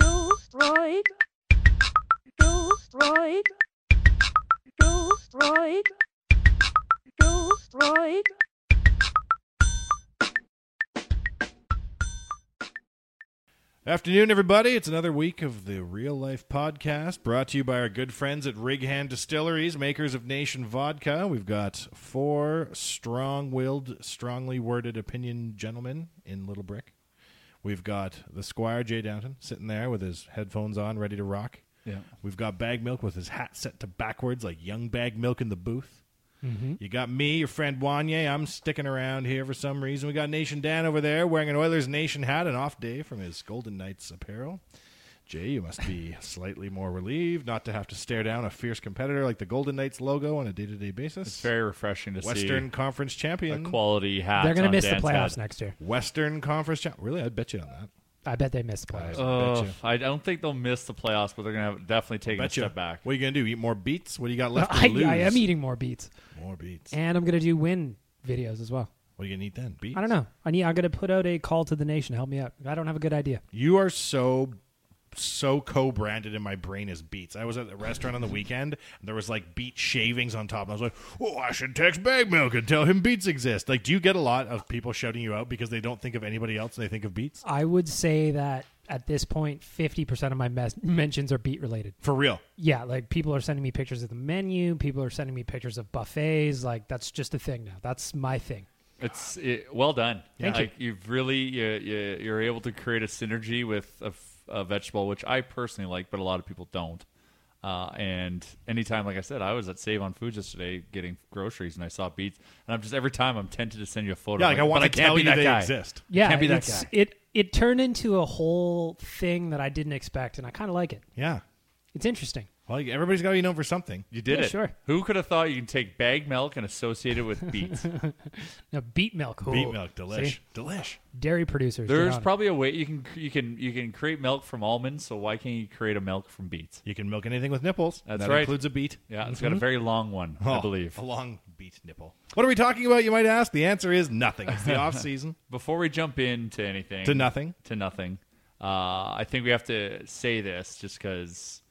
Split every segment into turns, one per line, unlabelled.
Ghost Ride. Ghost Ride. Ghost Ride.
Afternoon, everybody. It's another week of the Real Life Podcast brought to you by our good friends at Rig Hand Distilleries, makers of Nation Vodka. We've got four strong willed, strongly worded opinion gentlemen in Little Brick. We've got the Squire Jay Downton sitting there with his headphones on, ready to rock.
Yeah.
We've got Bag Milk with his hat set to backwards, like young Bag Milk in the booth. You got me, your friend Wanye. I'm sticking around here for some reason. We got Nation Dan over there wearing an Oilers Nation hat, an off day from his Golden Knights apparel. Jay, you must be slightly more relieved not to have to stare down a fierce competitor like the Golden Knights logo on a day to day basis.
It's very refreshing to
Western Conference
see a
champion.
quality hat.
They're going to
on
miss the
Dan's
playoffs
head.
next year.
Western Conference champion. Really? I'd bet you on that.
I bet they miss the playoffs.
Ugh,
Bet you.
I don't think they'll miss the playoffs, but they're going to have definitely taking a
Bet you.
step back.
What are you going to do? Eat more beets? What do you got left? to
I,
lose?
I am eating more beats,
more beets.
and I'm going to do win videos as well.
What are you going to eat then? Beets?
I don't know. I need. I'm going to put out a call to the nation. Help me out. I don't have a good idea.
You are so so co-branded in my brain as beets. I was at the restaurant on the weekend and there was like beet shavings on top. And I was like, "Oh, I should text Bag Milk and tell him beets exist." Like, do you get a lot of people shouting you out because they don't think of anybody else and they think of beets?
I would say that at this point, 50% of my mes- mentions are beat related.
For real.
Yeah, like people are sending me pictures of the menu. People are sending me pictures of buffets. Like that's just a thing now. That's my thing.
It's it, well done.
Thank
like you. have really you, you, you're able to create a synergy with a, f- a vegetable, which I personally like, but a lot of people don't. Uh, and anytime, like I said, I was at Save on Foods yesterday getting groceries, and I saw beets, and I'm just every time I'm tempted to send you a photo.
Yeah,
I'm
like I want
but
to
can't
tell
be
you
that
they
guy.
exist.
Yeah,
Can't be that
it's-
guy.
it it turned into a whole thing that I didn't expect, and I kind of like it.
Yeah.
It's interesting.
Well, you- everybody's got to be known for something.
You did
Yeah,
it.
sure.
Who could have thought you can take bag milk and associate it with beets?
Now, beet milk.
Beet
Ooh.
milk,
Oh, See?
delish, delish.
dairy producers. get
There's
on it.
probably a way you can you can you can create milk from almonds. So why can't you create a milk from beets?
You can milk anything with nipples.
That's
that
right.
includes a beet. Mm-hmm.
Yeah, it's got a very long one, I
Oh,
believe.
A long beet nipple. What are we talking about, you might ask? The answer is nothing. It's the off season
Before we jump into anything,
to nothing.
to nothing. Uh, I think we have to say this just because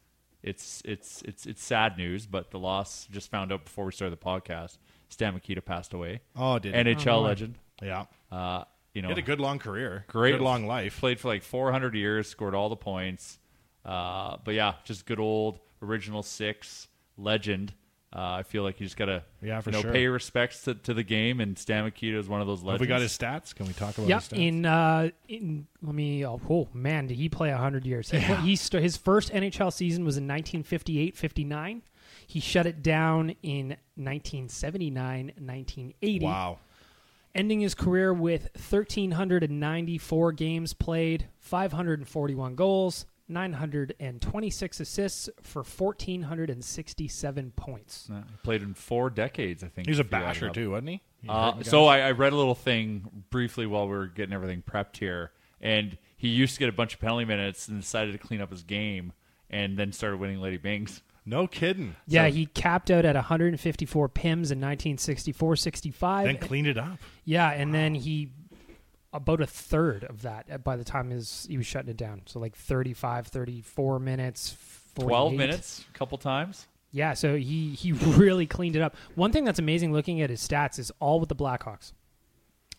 it's it's it's it's sad news, but the loss just found out before we started the podcast. Stan Mikita passed away.
Oh, did he?
NHL legend.
Yeah.
Uh, you know,
He had a good long career.
great
Good long life.
Played for like 400 years, scored all the points. Uh, but yeah, just good old original six legend. Uh, I feel like you just gotta
Yeah, for
you know,
sure.
pay respects to, to the game, and Stan Mikita is one of those
Have
legends.
we got his stats? Can we talk about
Yeah,
his stats?
in uh, in let me. Oh, cool. man, did he play hundred years? He, pla- he st- his first NHL season was in 1958-59. He shut it down in 1979-1980,
wow.
ending his career with 1,394 games played, 541 goals, 926 assists for 1,467 points.
Yeah, Uh, he played in four decades, I think.
He was a
if you add it
basher
up.
too, wasn't he? He
Uh,
hurt
so
guys.
I, I read a little thing briefly while we were getting everything prepped here, and he used to get a bunch of penalty minutes and decided to clean up his game, and then started winning Lady Bings.
no kidding.
Yeah, he capped out at 154 PIMs in 1964-65.
Then cleaned it up.
Yeah, and then he about a third of that uh, by the time his he was shutting it down. So like 35, 34 minutes, 48.
Twelve minutes, a couple times.
Yeah, so he he really cleaned it up. One thing that's amazing looking at his stats is all with the Blackhawks.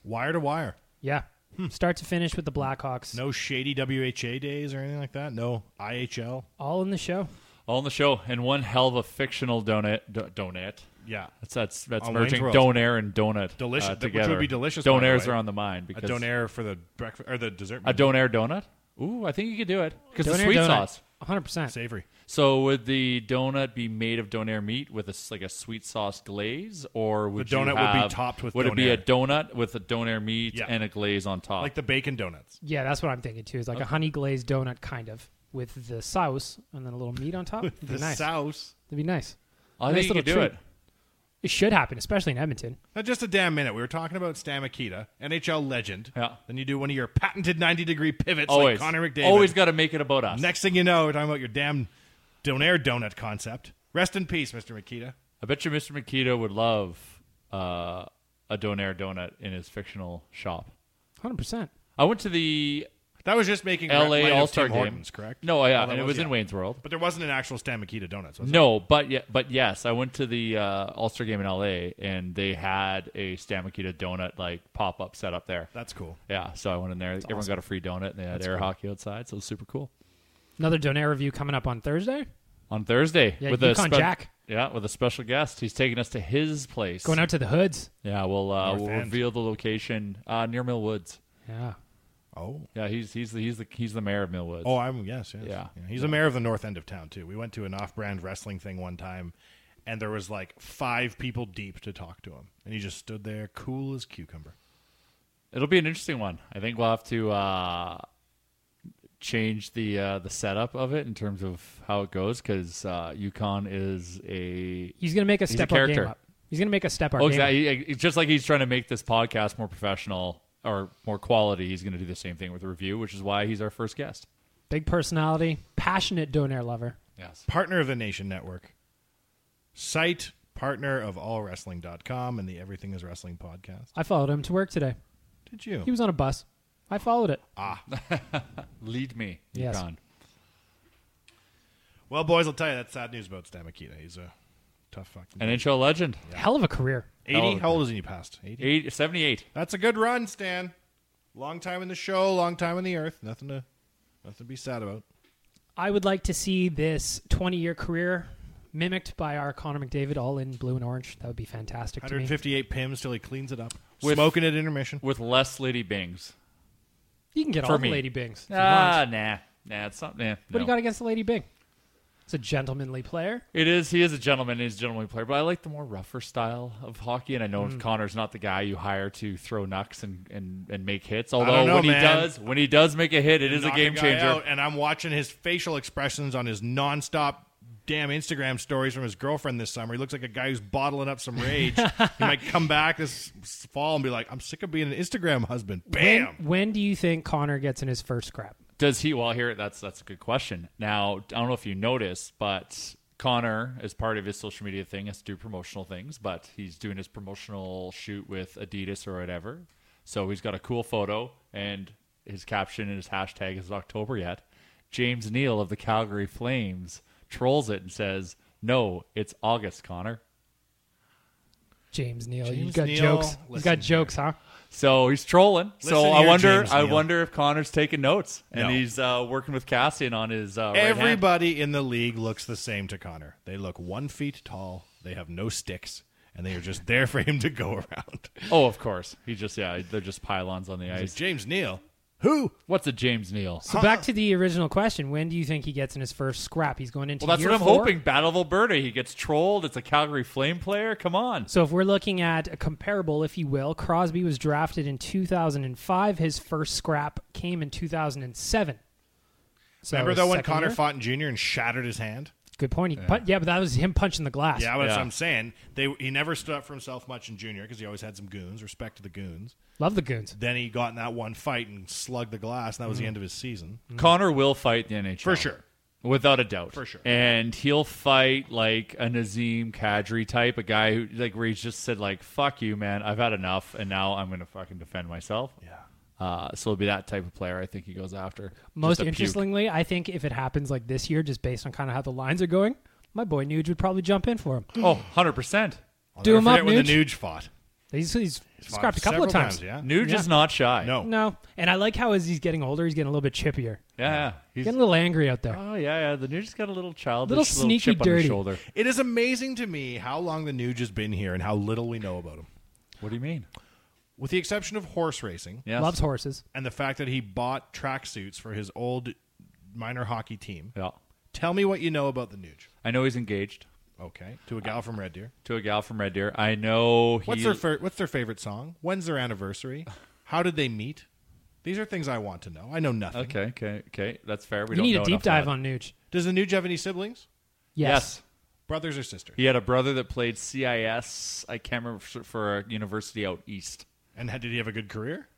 Wire to wire.
Yeah.
Hmm.
Start to finish with the Blackhawks.
No shady WHA days or anything like that. No IHL.
All in the show.
All on the show, and one hell of a fictional donut. Do, donut.
Yeah.
That's that's that's
On Wayne's
merging
World.
donair and donut.
Delicious-
uh,
which would
together.
be delicious, by the
Donairs
way.
are on the mind
A
because
donair for the breakfast or the dessert.
a
menu.
donair donut. Ooh, I think you could do it because the
Donair
sweet
donut,
sauce.
100%.
savory.
So would the donut be made of donair meat with a s like a sweet sauce glaze, or would
The donut
you
would be
have-
topped with
Would it be a
Donair.
donut with a donair meat
Yeah.
and a glaze on top?
Like the bacon donuts.
Yeah, that's what I'm thinking too. Is like a honey glazed donut kind of with the sauce and then a little meat on top.
Oh,
It'd be
The
nice.
sauce.
It'd be nice.
I
nice
think you could do
little
it.
treat. It should happen, especially in Edmonton.
Now, just a damn minute. We were talking about Stan Mikita, NHL legend.
Yeah.
Then you do one of your patented 90 degree pivots
Always,
like Connor McDavid.
always got to make it about us.
Next thing you know, we're talking about your damn donair donut concept. Rest in peace, Mr. Makita.
I bet you Mr. Makita would love uh, a Donair donut in his fictional shop.
100%.
I went to the
That was just making light
L.A.
of
All Star
Tim
game.
Hortons, correct?
No, yeah,
Oh, that
and it was in
yeah.
Wayne's World.
But there wasn't an actual Stan Makita donuts, was
No, but yeah, but yes, I went to the uh, All Star game in L.A. and they had a Stan Mikita donut like pop up set up there.
there? That's cool.
Yeah, so I went in there. Everyone got a free donut, and they had air hockey outside, so it was super cool.
Another Donair review coming up on Thursday.
On Thursday,
Yeah,
with
Yukon
a spe-
Jack.
Yeah, with a special guest. He's taking us to his place.
Going out to the hoods.
Yeah, we'll uh,
North
we'll
End.
reveal the location uh, near Mill Woods.
Yeah.
Oh.
Yeah, he's he's the he's the he's the mayor of Mill Woods.
Oh, I'm yes, yes.
Yeah.
He's a mayor of the north end of town too. We went to an off-brand wrestling thing one time, and there was like five people deep to talk to him, and he just stood there, cool as cucumber.
It'll be an interesting one. I think we'll have to uh, change the uh, the setup of it in terms of how it goes because uh, UConn is a
He's going to make a
a
step our game
character.
up. He's going to make a step our
oh,
game up.
exactly. It's Just like he's trying to make this podcast more professional or more quality, he's going to do the same thing with the review, which is why he's our first guest.
Big personality, passionate Donair lover.
Yes.
Partner of the Nation Network. Site partner of allwrestling.com and the Everything is Wrestling podcast.
I followed him to work today.
Did you?
He was on a bus. I followed it.
Lead me,
Yes.
UConn.
well, boys, I'll tell you that's sad news about Stan Mikita. He's a tough fucking.
NHL legend.
Hell of a career.
80? How old is he? You passed 80.
Eight, 78.
That's a good run, Stan. Long time in the show, long time in the earth. Nothing to, nothing to be sad about.
I would like to see this 20 year career mimicked by our Connor McDavid all in blue and orange. That would be fantastic to me.
158 pims till he cleans it up.
With-
Smoking at intermission.
With less Lady Bings.
You can get
For
all the
me.
Lady Bings. if you want.
Ah, nah. Nah, it's not. Nah,
What do
no.
you got against the Lady Bing? It's a gentlemanly player.
It is. He is a gentleman. He's a gentlemanly player, but I like the more rougher style of hockey. And I
Hmm.
know Connor's not the guy you hire to throw nucks and, and, and make hits. Although
don't know,
when he
man.
does, when he does make a hit, it is a
Knock
game
guy
changer.
out, and I'm watching his facial expressions on his nonstop damn Instagram stories from his girlfriend this summer. He looks like a guy who's bottling up some rage. he might come back this s- fall and be like, "I'm sick of being an Instagram husband." Bam.
When do you think Connor gets in his first scrap?
Does he? Well, here that's that's a good question. Now I don't know if you noticed, but Connor, as part of his social media thing, has to do promotional things. But he's doing his promotional shoot with Adidas or whatever. So he's got a cool photo, and his caption and his hashtag is October yet. James Neal of the Calgary Flames trolls it and says, "No, it's August, Connor."
James Neal,
James
you've got
Neal,
jokes. You've
listen
got jokes, huh?
So he's trolling. so
Listen
I
here,
wonder,
James
I
Neal.
wonder if Connor's taking notes and
No.
he's uh, working with Cassian on his uh, right hand.
Everybody in the league looks the same to Connor. They look one feet tall. They have no sticks, and they are just there for him to go around.
Oh, of course. He just yeah, they're just pylons on the ice.
James Neal, who?
What's a James Neal?
So back to the original question: When do you think he gets in his first scrap? He's going into
Well, that's
year
what I'm
four?
hoping. Battle of Alberta. He gets trolled. It's a Calgary Flame player. Come on.
So if we're looking at a comparable, if you will, Crosby was drafted in 2005. His first scrap came in 2007. So
Remember though when
second
Connor
year?
fought in junior and shattered his hand?
Good point. He yeah. yeah, but that was him punching the glass.
Yeah, that's
Yeah.
what I'm saying. They he never stood up for himself much in junior because he always had some goons. Respect to the goons.
Love the goons.
Then he got in that one fight and slugged the glass, and that was the end of his season
Connor will fight the NHL
Mm. for sure.
without a doubt,
For sure.
And he'll fight like a Nazim Kadri type, a guy who like where he's just said like "fuck you, man, I've had enough, and now I'm gonna fucking defend myself." Yeah. Uh, so it'll be that type of player. I think he goes after.
Most
Just a puke.
interestingly, I think if it happens like this year, just based on kind of how the lines are going, my boy Nuge would probably jump in for him.
Oh, 100 percent.
I'll
Do
never
him up,
forget when the
Nuge.
Nuge fought.
He's, he's
Fought
scrapped a couple of
several
times.
Yeah.
Nuge
Yeah.
is not shy.
No.
No, and I like how as he's getting older, he's getting a little bit chippier,
Yeah. yeah. He's,
getting a little angry out there.
oh yeah, yeah. The Nuge's got a little childish,
Little
little,
sneaky
chip on his
dirty.
shoulder.
It is amazing to me how long the Nuge has been here and how little we know about him.
What do you mean?
With the exception of horse racing
Yes.
Loves horses.
and the fact that he bought tracksuits for his old minor hockey team,
Yeah.
tell me what you know about the Nuge.
I know he's engaged
Okay, to a gal from Red Deer.
to a gal from Red Deer. I know he.
What's their fir- What's their favorite song? When's their anniversary? How did they meet? These are things I want to know. I know nothing.
okay, okay, okay. That's fair. We
you
don't
need
know
a deep
enough
dive
about it.
on Nuge.
Does the Nuge have any siblings?
Yes.
Brothers or sisters?
He had a brother that played CIS. I can't remember for- for a university out east.
And had- did he have a good career?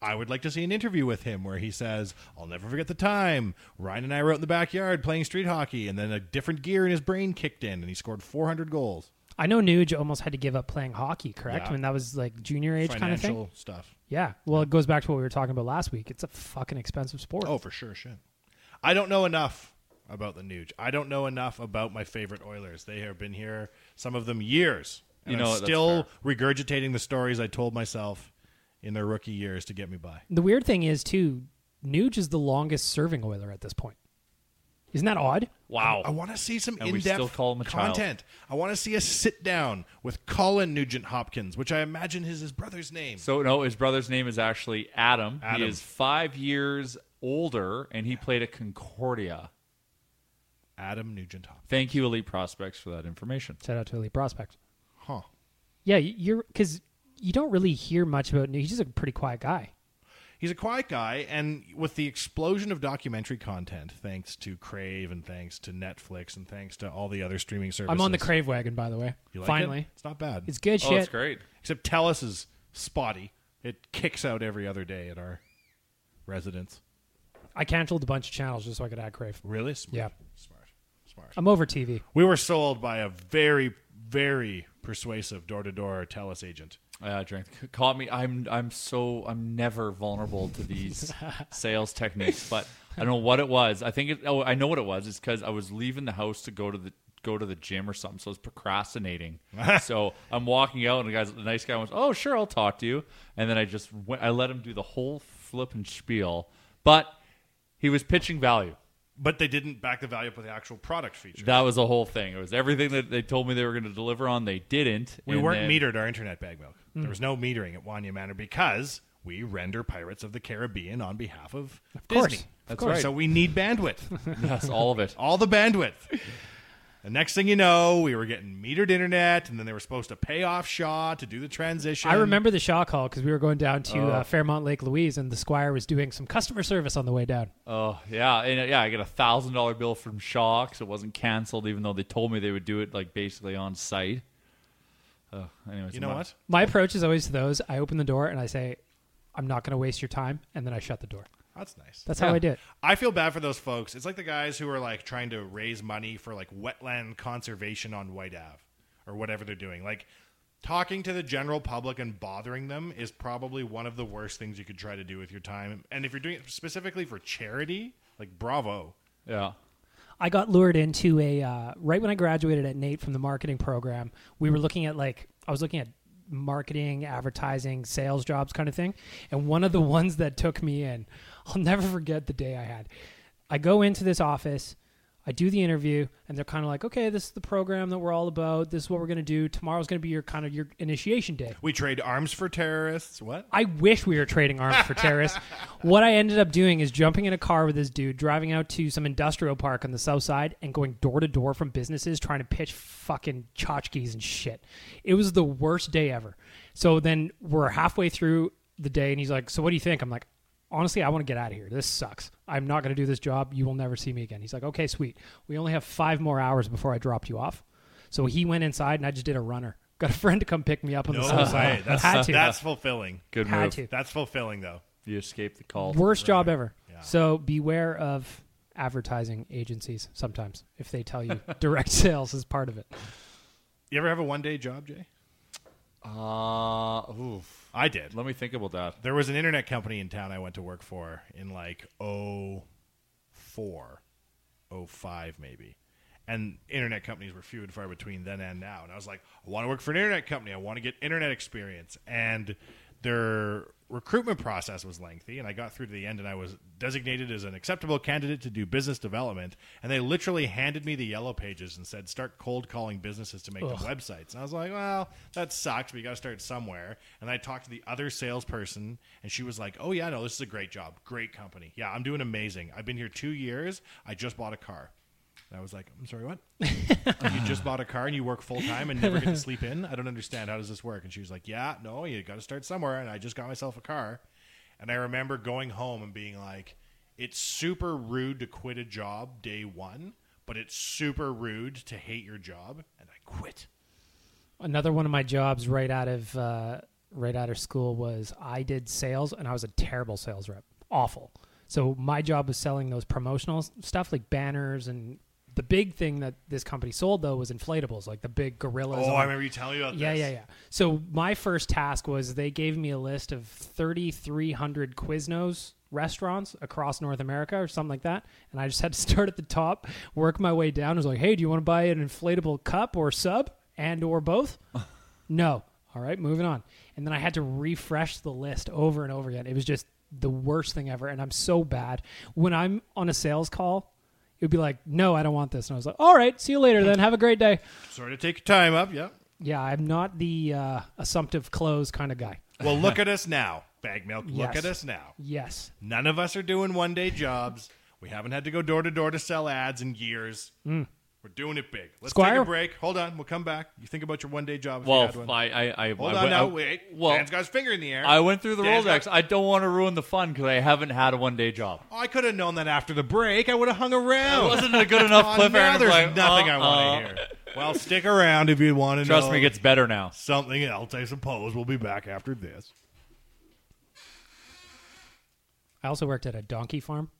I would like to see an interview with him where he says, I'll never forget the time. Ryan and I were out in the backyard playing street hockey, and then a different gear in his brain kicked in, and he scored 400 goals.
I know Nuge almost had to give up playing hockey, correct?
Yeah.
When that was like junior age kind of
Financial
thing.
stuff.
Yeah. Well, it goes back to what we were talking about last week. It's a fucking expensive sport.
Oh, for sure, shit. I don't know enough about the Nuge. I don't know enough about my favorite Oilers. They have been here, some of them years. And
You know
I'm
what, that's
still regurgitating the stories I told myself in their rookie years to get me by.
The weird thing is too, Nuge is the longest serving oiler at this point. Isn't that odd?
Wow.
I want to see some
Oh. And
in
we still
depth
call him a child.
content. I want to see a sit down with Colin Nugent Hopkins, which I imagine is his brother's name.
So no, his brother's name is actually Adam. He
Adam.
is five years older, and he played at Concordia.
Adam Nugent Hopkins.
Thank you, Elite Prospects, for that information.
Shout out to Elite Prospect.
Huh.
Yeah, y- you're because you don't really hear much about Nuge. He's just a pretty quiet guy.
He's a quiet guy, and with the explosion of documentary content, thanks to Crave and thanks to Netflix and thanks to all the other streaming services.
I'm on the Crave wagon, by the way.
You like it?
Finally,
It's not bad.
it's good
Oh,
shit.
it's great.
Except Telus is spotty. It kicks out every other day at our residence.
I canceled a bunch of channels just so I could add Crave.
Really? Smart.
Yeah.
Smart. Smart.
I'm over TV.
We were sold by a very, very persuasive door to door telus agent.
Uh, drink c- caught me. I'm I'm so I'm never vulnerable to these sales techniques, but I don't know what it was. I think it, oh I know what it was. It's because I was leaving the house to go to the go to the gym or something. So I was procrastinating. so I'm walking out, and the guys, the nice guy, was oh sure I'll talk to you, and then I just went, I let him do the whole flip and spiel, but he was pitching value.
But they didn't back the value up with the actual product feature.
That was the whole thing. It was everything that they told me they were going to deliver on. They didn't.
we
and
weren't
then-
metered our internet bag milk.
Hmm.
There was no metering at Wanya Manor because we render Pirates of the Caribbean on behalf of,
course.
Disney.
Of
That's course. right.
So we need bandwidth.
Yes, all of it.
all the bandwidth. The next thing you know, we were getting metered internet, and then they were supposed to pay off Shaw to do the transition.
I remember the Shaw call because we were going down to
Oh.
uh, Fairmont Lake Louise, and the Squire was doing some customer service on the way down.
Oh yeah, and uh, yeah, I got a thousand dollar bill from Shaw because it wasn't canceled, even though they told me they would do it like basically on site. Oh, anyways,
You know
I'm not-
what?
My approach is always to those: I open the door and I say, "I'm not going to waste your time," and then I shut the door.
That's nice.
That's
Yeah.
how I did. it.
I feel bad for those folks. It's like the guys who are like trying to raise money for like wetland conservation on White Ave or whatever they're doing. Like talking to the general public and bothering them is probably one of the worst things you could try to do with your time. And if you're doing it specifically for charity, like bravo.
Yeah.
I got lured into a uh, right when I graduated at Nate from the marketing program. We were looking at like I was looking at marketing, advertising, sales jobs kind of thing, and one of the ones that took me in, I'll never forget the day I had. I go into this office, I do the interview, and they're kind of like, "Okay, this is the program that we're all about. This is what we're going to do. Tomorrow's going to be your kind of your initiation day."
We trade arms for terrorists. What?
I wish we were trading arms for terrorists. what I ended up doing is jumping in a car with this dude, driving out to some industrial park on the south side, and going door to door from businesses trying to pitch fucking tchotchkes and shit. It was the worst day ever. So then we're halfway through the day, and he's like, So what do you think? I'm like, Honestly, I want to get out of here. This sucks. I'm not going to do this job. You will never see me again. He's like, Okay, sweet. We only have five more hours before I dropped you off. So he went inside, and I just did a runner. Got a friend to come pick me up on
No,
the south
hey,
side.
that's,
Had to.
that's fulfilling.
Good
Had
move.
to.
That's fulfilling, though.
You escaped the call.
Worst job ever. So beware of advertising agencies sometimes if they tell you direct sales is part of it.
You ever have a one day job, Jay?
Uh, oof.
I did.
Let me think about that.
There was an internet company in town I went to work for in like 04, 05 maybe. And internet companies were few and far between then and now. And I was like, I want to work for an internet company. I want to get internet experience. And their recruitment process was lengthy. And I got through to the end and I was designated as an acceptable candidate to do business development. And they literally handed me the yellow pages and said, start cold calling businesses to make them websites. And I was like, well, that sucks, but you got to start somewhere. And I talked to the other salesperson, and she was like, oh, yeah, no, this is a great job. Great company. Yeah, I'm doing amazing. I've been here two years. I just bought a car. And I was like, I'm sorry, what? you
Uh-huh.
just bought a car and you work full time and never get to sleep in? I don't understand. How does this work? And she was like, yeah, no, you got to start somewhere. And I just got myself a car. And I remember going home and being like, it's super rude to quit a job day one, but it's super rude to hate your job. And I quit.
Another one of my jobs right out of uh, right out of school was I did sales and I was a terrible sales rep. Awful. So my job was selling those promotional s- stuff like banners and the big thing that this company sold though was inflatables, like the big gorillas.
Oh,
on-
I remember you telling me about
yeah,
this.
yeah, yeah. So my first task was they gave me a list of 3,300 Quiznos restaurants across North America or something like that, and I just had to start at the top, work my way down. I was like, "Hey, do you want to buy an inflatable cup or sub and or both?" no. All right, moving on. And then I had to refresh the list over and over again. It was just the worst thing ever, and I'm so bad when I'm on a sales call. It would be like, "No, I don't want this," and I was like, "All right, see you later. Then have a great day."
Sort of take your time up. Yeah.
Yeah, I'm not the uh, assumptive close kind of guy.
Well, look at us now, bag milk. Look
Yes.
at us now.
Yes.
None of us are doing one day jobs. We haven't had to go door to door to sell ads in years. We're doing it big. Let's take
Squire?
a break. Hold on. We'll come back. You think about your one day job. If you
Well,
had one.
I, I, I,
Hold
I,
on
I-
now. Wait.
Well,
Dan's got his finger in the air.
I went through the
Dan's
Rolodex.
got-
I don't want to ruin the fun because I haven't had a one day job.
Oh, I could have known that after the break. I would have hung around.
Wasn't a good enough
Oh,
clip.
now there's nothing I want to hear. Well, stick around if you want to know.
Trust me, it gets better now.
something else. I suppose we'll be back after this.
I also worked at a donkey farm.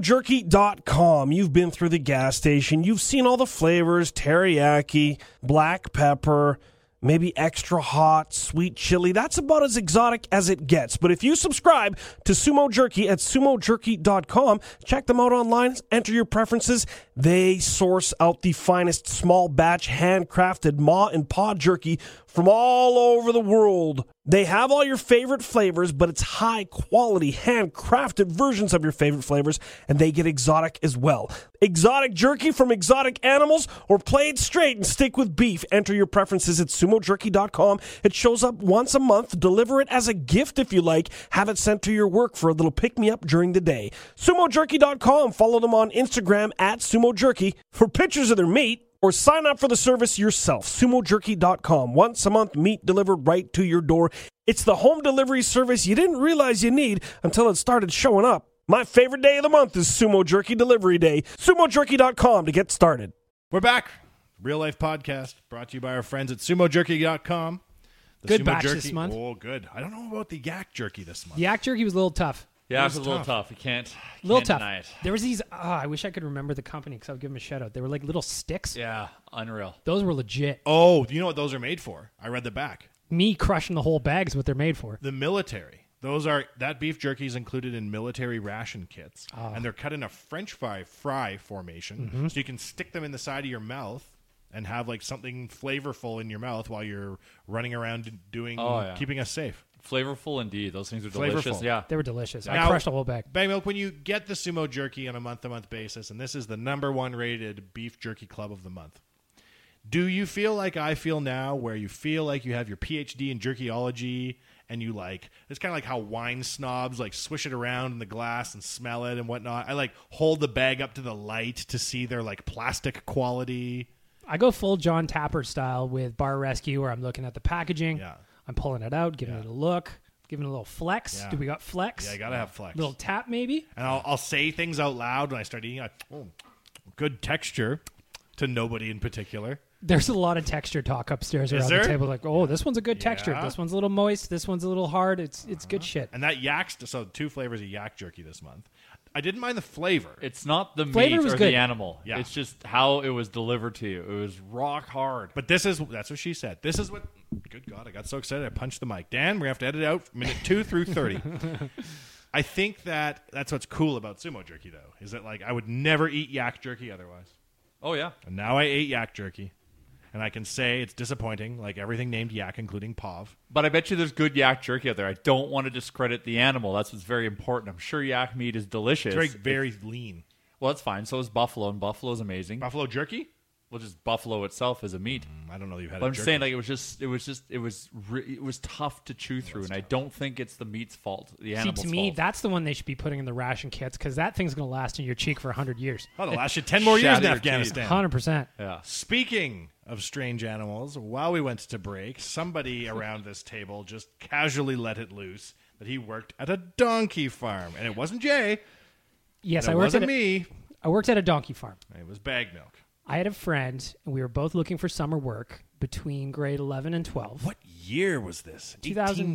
SumoJerky.com. You've been through the gas station. You've seen all the flavors teriyaki, black pepper, maybe extra hot, sweet chili. That's about as exotic as it gets. But if you subscribe to Sumo Jerky at sumojerky.com, check them out online, enter your preferences. They source out the finest small batch, handcrafted ma and pa jerky from all over the world. They have all your favorite flavors, but it's high quality, handcrafted versions of your favorite flavors, and they get exotic as well. Exotic jerky from exotic animals, or play it straight and stick with beef. Enter your preferences at sumojerky.com. It shows up once a month. Deliver it as a gift if you like. Have it sent to your work for a little pick me up during the day. Sumojerky.com. Follow them on Instagram at sumojerky for pictures of their meat or sign up for the service yourself. SumoJerky.com. Once a month, meat delivered right to your door. It's the home delivery service you didn't realize you need until it started showing up. My favorite day of the month is Sumo Jerky Delivery Day. SumoJerky.com to get started.
We're back. Real life podcast brought to you by our friends at sumojerky.com. The
Good
sumo
batch
jerky.
this month.
Oh, good. I don't know about the yak jerky this month.
Yak jerky was a little tough.
Yeah,
It
it
was
was, a little
tough.
tough. You can't,
Little
can't
tough.
deny it.
There was these. ah, I wish I could remember the company because I would give them a shout out. They were like little sticks.
Yeah, unreal.
Those were legit.
Oh, you know what those are made for? I read the back.
Me crushing the whole bag is what they're made for.
The military. Those are that beef jerky is included in military ration kits,
Ah.
and they're cut in a French fry fry formation,
Mm-hmm.
so you can stick them in the side of your mouth and have like something flavorful in your mouth while you're running around doing
Oh, yeah.
keeping us safe.
Flavorful indeed. Those things are delicious.
Flavorful.
Yeah.
They were delicious. I
Now-
crushed the whole bag.
Bang milk when you get the sumo jerky on a month to month basis, and this is the number one rated beef jerky club of the month. Do you feel like I feel now, where you feel like you have your PhD in jerkyology and you like it's kind of like how wine snobs like swish it around in the glass and smell it and whatnot. I like hold the bag up to the light to see their like plastic quality.
I go full John Tapper style with Bar Rescue, where I'm looking at the packaging.
Yeah.
I'm pulling it out, giving it a look, giving it a little flex.
Yeah.
Do we got flex?
Yeah, you gotta have flex.
little tap maybe.
and I'll, I'll say things out loud when I start eating. Like, "Mm, good texture to nobody in particular.
There's a lot of texture talk upstairs
Is
around
there?
the table. Like, oh, this one's a good texture.
Yeah. Uh-huh.
This one's a little moist. This one's a little hard. It's it's good shit.
And that yak's so two flavors of yak jerky this month. I didn't mind the flavor.
It's not the
Flavor
meat
was
or
good.
the animal.
Yeah.
It's just how it was delivered to you. It was rock hard.
but this is that's what she said. This is what good God, I got so excited I punched the mic. Dan, we're gonna have to edit out minute two through thirty. I think that that's what's cool about sumo jerky though, is that like I would never eat yak jerky otherwise.
Oh yeah.
And now I ate yak jerky. And I can say it's disappointing, like everything named yak, including Pav.
But I bet you there's good yak jerky out there. I don't want to discredit the animal. That's what's very important. I'm sure yak meat is delicious.
It's very, very lean.
well, that's fine. So is buffalo, and buffalo's amazing.
Buffalo jerky?
well, just buffalo itself is a meat.
Mm, I don't know that you've had
But
a
I'm
jerky.
saying like it was just it was just it was re- it was tough to chew through, and I don't think it's the meat's fault. The
See,
animal's
to me,
fault.
that's the one they should be putting in the ration kits because that thing's going to last in your cheek for 100 years.
Oh, it'll last you ten more years in
Shatter your teeth.
Afghanistan.
100%.
Speaking of strange animals, while we went to break, somebody around this table just casually let it loose that he worked at a donkey farm. And it wasn't Jay.
Yes,
and
I
it
worked, at
wasn't
a,
me.
I worked at a donkey farm.
It was bag milk.
I had a friend, and we were both looking for summer work between grade 11 and 12.
What year was this?
2000.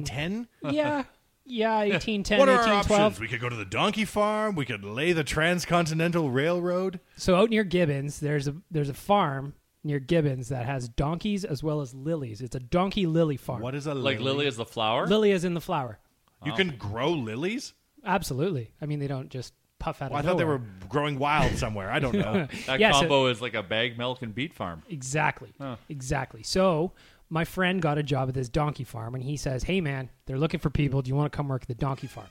1810?
Yeah. Yeah, 1810,
What are our
1812.
options? We could go to the donkey farm. We could lay the transcontinental railroad.
So out near Gibbons, there's a there's a farm near Gibbons that has donkeys as well as lilies. It's a donkey lily farm.
What is a
like
lily?
lily is the flower.
lily is in the flower.
You can grow lilies?
Absolutely. I mean, they don't just puff out
Well, I
of
thought they
nowhere.
were growing wild somewhere. I don't know.
that
yeah, so-
combo is like a bag milk and beet farm.
Exactly. Exactly. So my friend got a job at this donkey farm, and he says, "Hey, man, they're looking for people. Do you want to come work at the donkey farm?"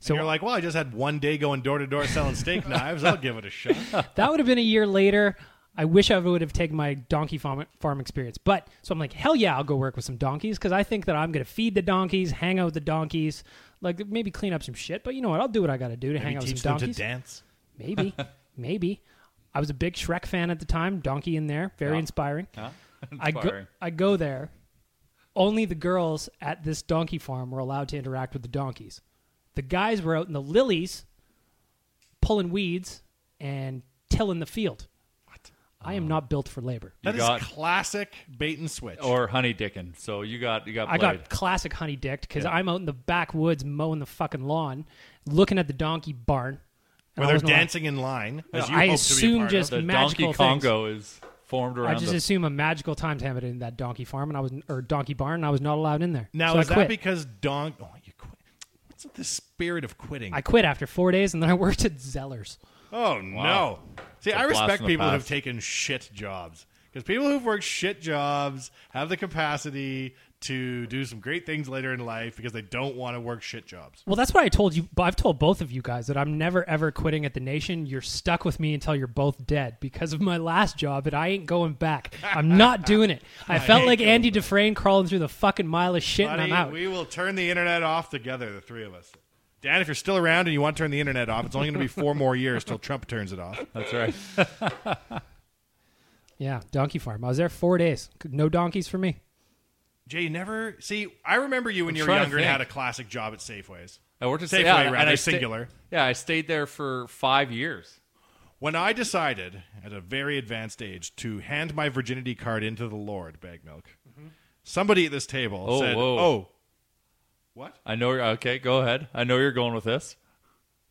So
And you're like, well, I just had one day going door to door selling steak knives. I'll give it a shot.
that would have been a year later. I wish I would have taken my donkey farm, farm experience. But so I'm like, hell yeah, I'll go work with some donkeys because I think that I'm going to feed the donkeys, hang out with the donkeys, like maybe clean up some shit. But you know what? I'll do what I got to do to hang out with
teach
some
them to
donkeys.
dance.
maybe, maybe. I was a big Shrek fan at the time. Donkey in there, very inspiring. I go,
Inspiring.
I go there. Only the girls at this donkey farm were allowed to interact with the donkeys. The guys were out in the lilies, pulling weeds and tilling the field. What? I
Oh.
am not built for labor.
That is
got-
classic bait and switch.
Or honey dickin. So you got you got
I
played.
got classic honey dicked because I'm out in the backwoods mowing the fucking lawn, looking at the donkey barn. and
where
I
they're
wasn't allowed-
dancing in line. As you
I
hope to be a
assume
part
just-
of.
the
magical
donkey Congo is formed
I
around
just
the
assume a magical time happened in that donkey farm, and I was or donkey barn, and I was not allowed in there.
Now
So
is
I
that
quit.
because Don? Oh, you quit. What's with the spirit of quitting?
I quit after four days, and then I worked at Zellers.
oh no! See,
a
I
blast
respect
from the
people who've
past.
taken shit jobs because people who've worked shit jobs have the capacity to do some great things later in life because they don't want to work shit jobs.
Well, that's what I told you. but I've told both of you guys that I'm never ever quitting at the Nation. You're stuck with me until you're both dead because of my last job, and I ain't going back. I'm not doing it. I, felt
ain't
like
going
Andy Dufresne crawling through the fucking mile of shit, and
Buddy,
I'm out.
we will turn the internet off together, the three of us. Dan, if you're still around and you want to turn the internet off, it's only going to be four more years till Trump turns it off.
That's right.
yeah, donkey farm. I was there four days. No donkeys for me.
Jay, you never see. I remember you when
I'm
you were
trying to
younger and
think.
had a classic job at Safeways.
I worked at
Safeway,
yeah, and
rather
I sta-
singular.
yeah, I stayed there for five years.
When I decided at a very advanced age to hand my virginity card into the Lord, bag milk, somebody at this table
Oh,
said,
whoa.
"Oh, what?
I know. you're Okay, go ahead. I know you're going with this.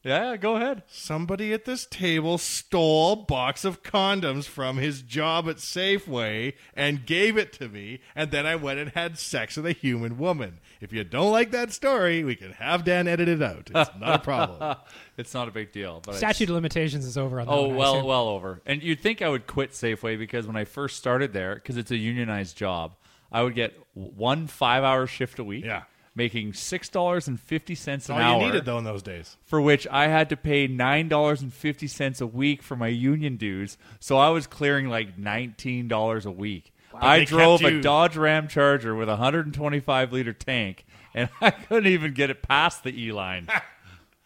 Yeah, go ahead.
Somebody at this table stole a box of condoms from his job at Safeway and gave it to me, and then I went and had sex with a human woman. If you don't like that story, we can have Dan edit it out. It's not a problem.
It's not a big deal. But I-
Statute of limitations is over on that.
Oh
one, I
well,
assume.
well over. And you'd think I would quit Safeway because when I first started there, because it's a unionized job, I would get one five-hour shift a week,
Yeah.
making six dollars and fifty cents an
All
hour.
you needed though in those days.
for which I had to pay nine dollars and fifty cents a week for my union dues. So I was clearing like nineteen dollars a week. I
They kept
drove a
you-
Dodge Ram Charger with a hundred and twenty-five liter tank, and I couldn't even get it past the E line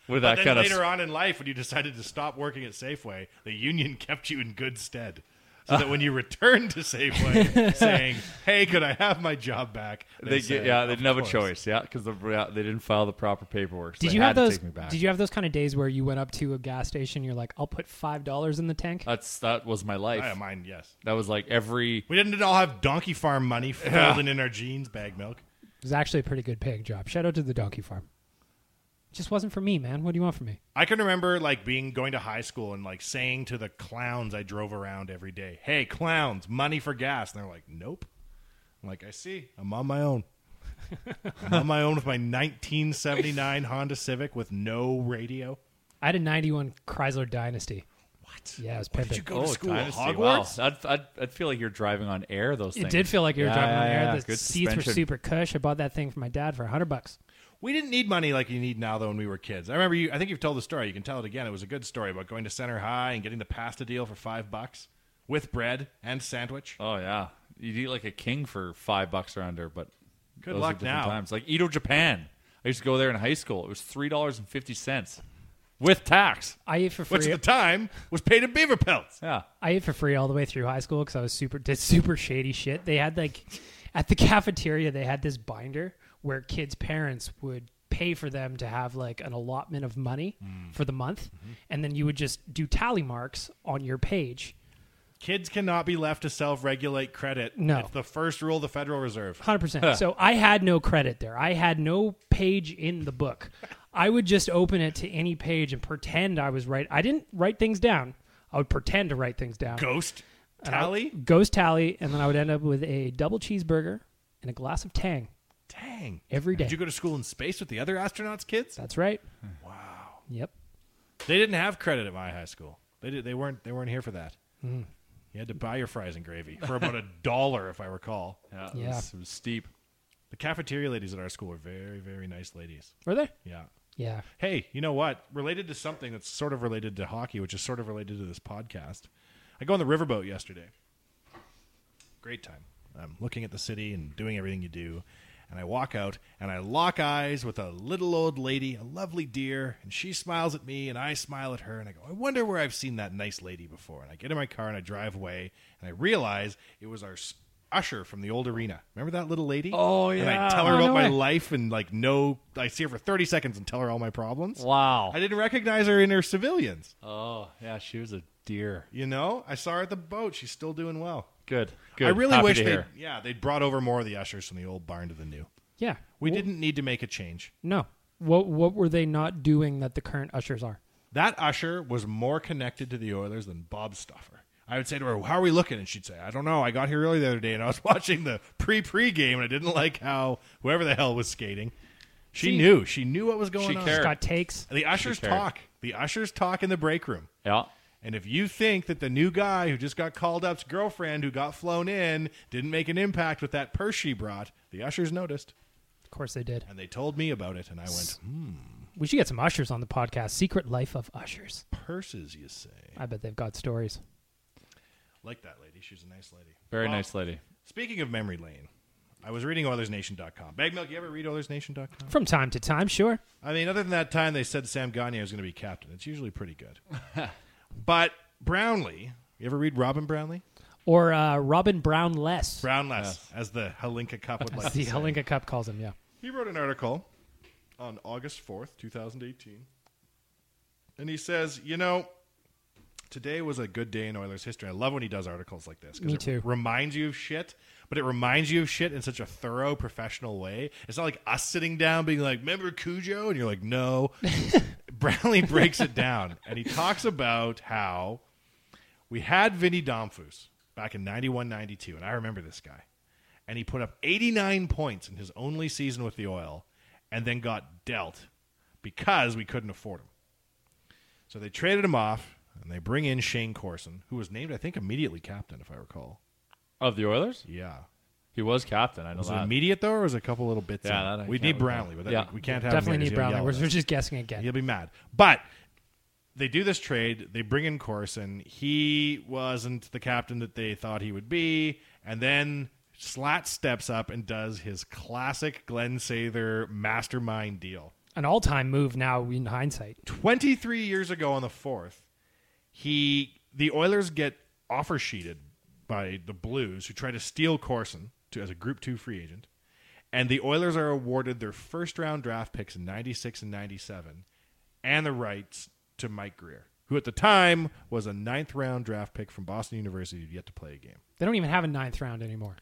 with that
then
kind of
later on in life, when you decided to stop working at Safeway, the union kept you in good stead. So that when you returned to Safeway saying, "Hey, could I have my job back?"
They
said,
get, yeah, they
"Of
didn't have a
course."
choice, yeah, because the, yeah, they didn't file the proper paperwork. So
Did
they
you
had
have
to
those?
Take me back.
Did you have those kind of days where you went up to a gas station? You're like, I'll put five dollars in the tank.
That's that was my life.
Yeah, mine, yes.
that was like every
We didn't all have Donkey Farm money folding in our jeans bag milk.
it was actually a pretty good paying job. Shout out to the donkey farm. Just wasn't for me, man. What do you want from me?
I can remember like being going to high school and like saying to the clowns I drove around every day, "Hey, clowns, money for gas," and they're like, "Nope." I'm like, "I see. I'm on my own. I'm on my own with my 1979 Honda Civic with no radio."
I had a '91 Chrysler Dynasty. What? Yeah, it was pimping.
Go to school,
oh, dynasty.
Hogwarts.
Wow. I'd, I'd, I'd feel like you're driving on air. Those
It
things.
did feel like you were
Yeah,
driving on
yeah,
air.
yeah.
The
Good
seats were
suspension.
super cush. I bought that thing for my dad for hundred bucks.
We didn't need money like you need now, though, when we were kids. I remember you. I think you've told the story. You can tell it again. It was a good story about going to Center High and getting the pasta deal for five bucks with bread and sandwich.
Oh yeah, you'd eat like a king for five bucks or under. But
Good
those
luck
are different
now.
Times. Like Edo Japan. I used to go there in high school. It was three dollars and fifty cents with tax.
I ate for free.
Which at the time was paid in beaver pelts.
Yeah.
I ate for free all the way through high school because I was super did super shady shit. They had like at the cafeteria they had this binder where kids' parents would pay for them to have like an allotment of money for the month, and then you would just do tally marks on your page.
Kids cannot be left to self-regulate credit.
No.
it's the first rule of the Federal Reserve.
Hundred percent. So I had no credit there. I had no page in the book. I would just open it to any page and pretend I was right. I didn't write things down. I would pretend to write things down.
Ghost
And I-
tally.
Ghost tally, and then I would end up with a double cheeseburger and a glass of Tang
Dang.
every day.
Did you go to Hmm. school in space with the other astronauts' kids?
That's right. Wow. Yep.
They didn't have credit at my high school. They did, they weren't they weren't here for that.
Mm.
You had to buy your fries and gravy for about a dollar, if I recall.
Yeah. It
Yeah.
was, it was steep.
The cafeteria ladies at our school were very, very nice ladies.
Were they?
Yeah.
Yeah.
Hey, you know what? Related to something that's sort of related to hockey, which is sort of related to this podcast. I go on the riverboat yesterday. Great time. I'm looking at the city and doing everything you do. And I walk out and I lock eyes with a little old lady, a lovely dear, and she smiles at me and I smile at her and I go, I wonder where I've seen that nice lady before. And I get in my car and I drive away and I realize it was our s- usher from the old arena. Remember that little lady?
Oh,
And I
yeah.
tell her
Oh,
about
no
my
way.
life and like no, I see her for 30 seconds and tell her all my problems.
Wow.
I didn't recognize her in her civilians.
oh yeah, she was a deer.
You know, I saw her at the boat. She's still doing well.
Good. Good.
I really
Happy
wish
to
they,
hear.
yeah, they brought over more of the ushers from the old barn to the new.
Yeah.
We
Wh-
didn't need to make a change.
No. What What were they not doing that the current ushers are?
That usher was more connected to the Oilers than Bob Stoffer. I would say to her, "How are we looking?" And she'd say, "I don't know. I got here early the other day, and I was watching the pre-pre game, and I didn't like how whoever the hell was skating." She,
She-
knew. She knew what was going
She
on.
cared. Sure.
Scott takes.
The ushers
cared.
talk. The ushers talk in the break room.
Yeah.
And if you think that the new guy who just got called up's girlfriend who got flown in didn't make an impact with that purse she brought, the ushers noticed.
Of course they did.
And they told me about it, and I went,
We should get some ushers on the podcast. Secret life of ushers.
Purses, you say.
I bet they've got stories.
Like that lady. She's a nice lady.
Very
Well,
nice lady.
Speaking of memory lane, I was reading OilersNation.com. Bag Milk, you ever read OilersNation.com?
From time to time, sure.
I mean, other than that time they said Sam Gagne was going to be captain. It's usually pretty good. but Brownlee, you ever read Robin Brownlee?
Or uh, Robin Brown less.
Brownless, as the Helinka Cup would like
as
to
the
say.
Helinka Cup calls him. Yeah.
He wrote an article on August 4th, 2018. And he says, you know, today was a good day in Oilers history. I love when he does articles like this. 'cause
Me
it
too.
reminds you of shit, but it reminds you of shit in such a thorough, professional way. It's not like us sitting down being like, remember Cujo? And you're like, no. Brownlee breaks it down, and he talks about how we had Vinny Domfus back in 91 92, and I remember this guy. And he put up 89 points in his only season with the Oil and then got dealt because we couldn't afford him. So they traded him off and they bring in Shane Corson, who was named, I think, immediately captain, if I recall.
Of the Oilers,
Yeah.
he was captain. I know
Was it
that.
immediate, though, or was it a couple little bits?
Yeah,
in it?
that I
we
can't
need
remember.
Brownlee, but that,
Yeah.
we can't have him
Definitely
here
need
'cause he'll
Brownlee.
yell
We're,
at
we're
us.
just guessing again.
He'll be mad. But they do this trade. They bring in Corson. He wasn't the captain that they thought he would be. And then Slat steps up and does his classic Glenn Sather mastermind deal.
An all-time move now in hindsight.
23 years ago on the 4th, he the Oilers get offer sheeted by the Blues who try to steal Corson to, as a Group 2 free agent. And the Oilers are awarded their first round draft picks in 96 and 97 and the rights to Mike Greer, who at the time was a ninth round draft pick from Boston University who'd yet to play a game.
They don't even have a ninth round anymore.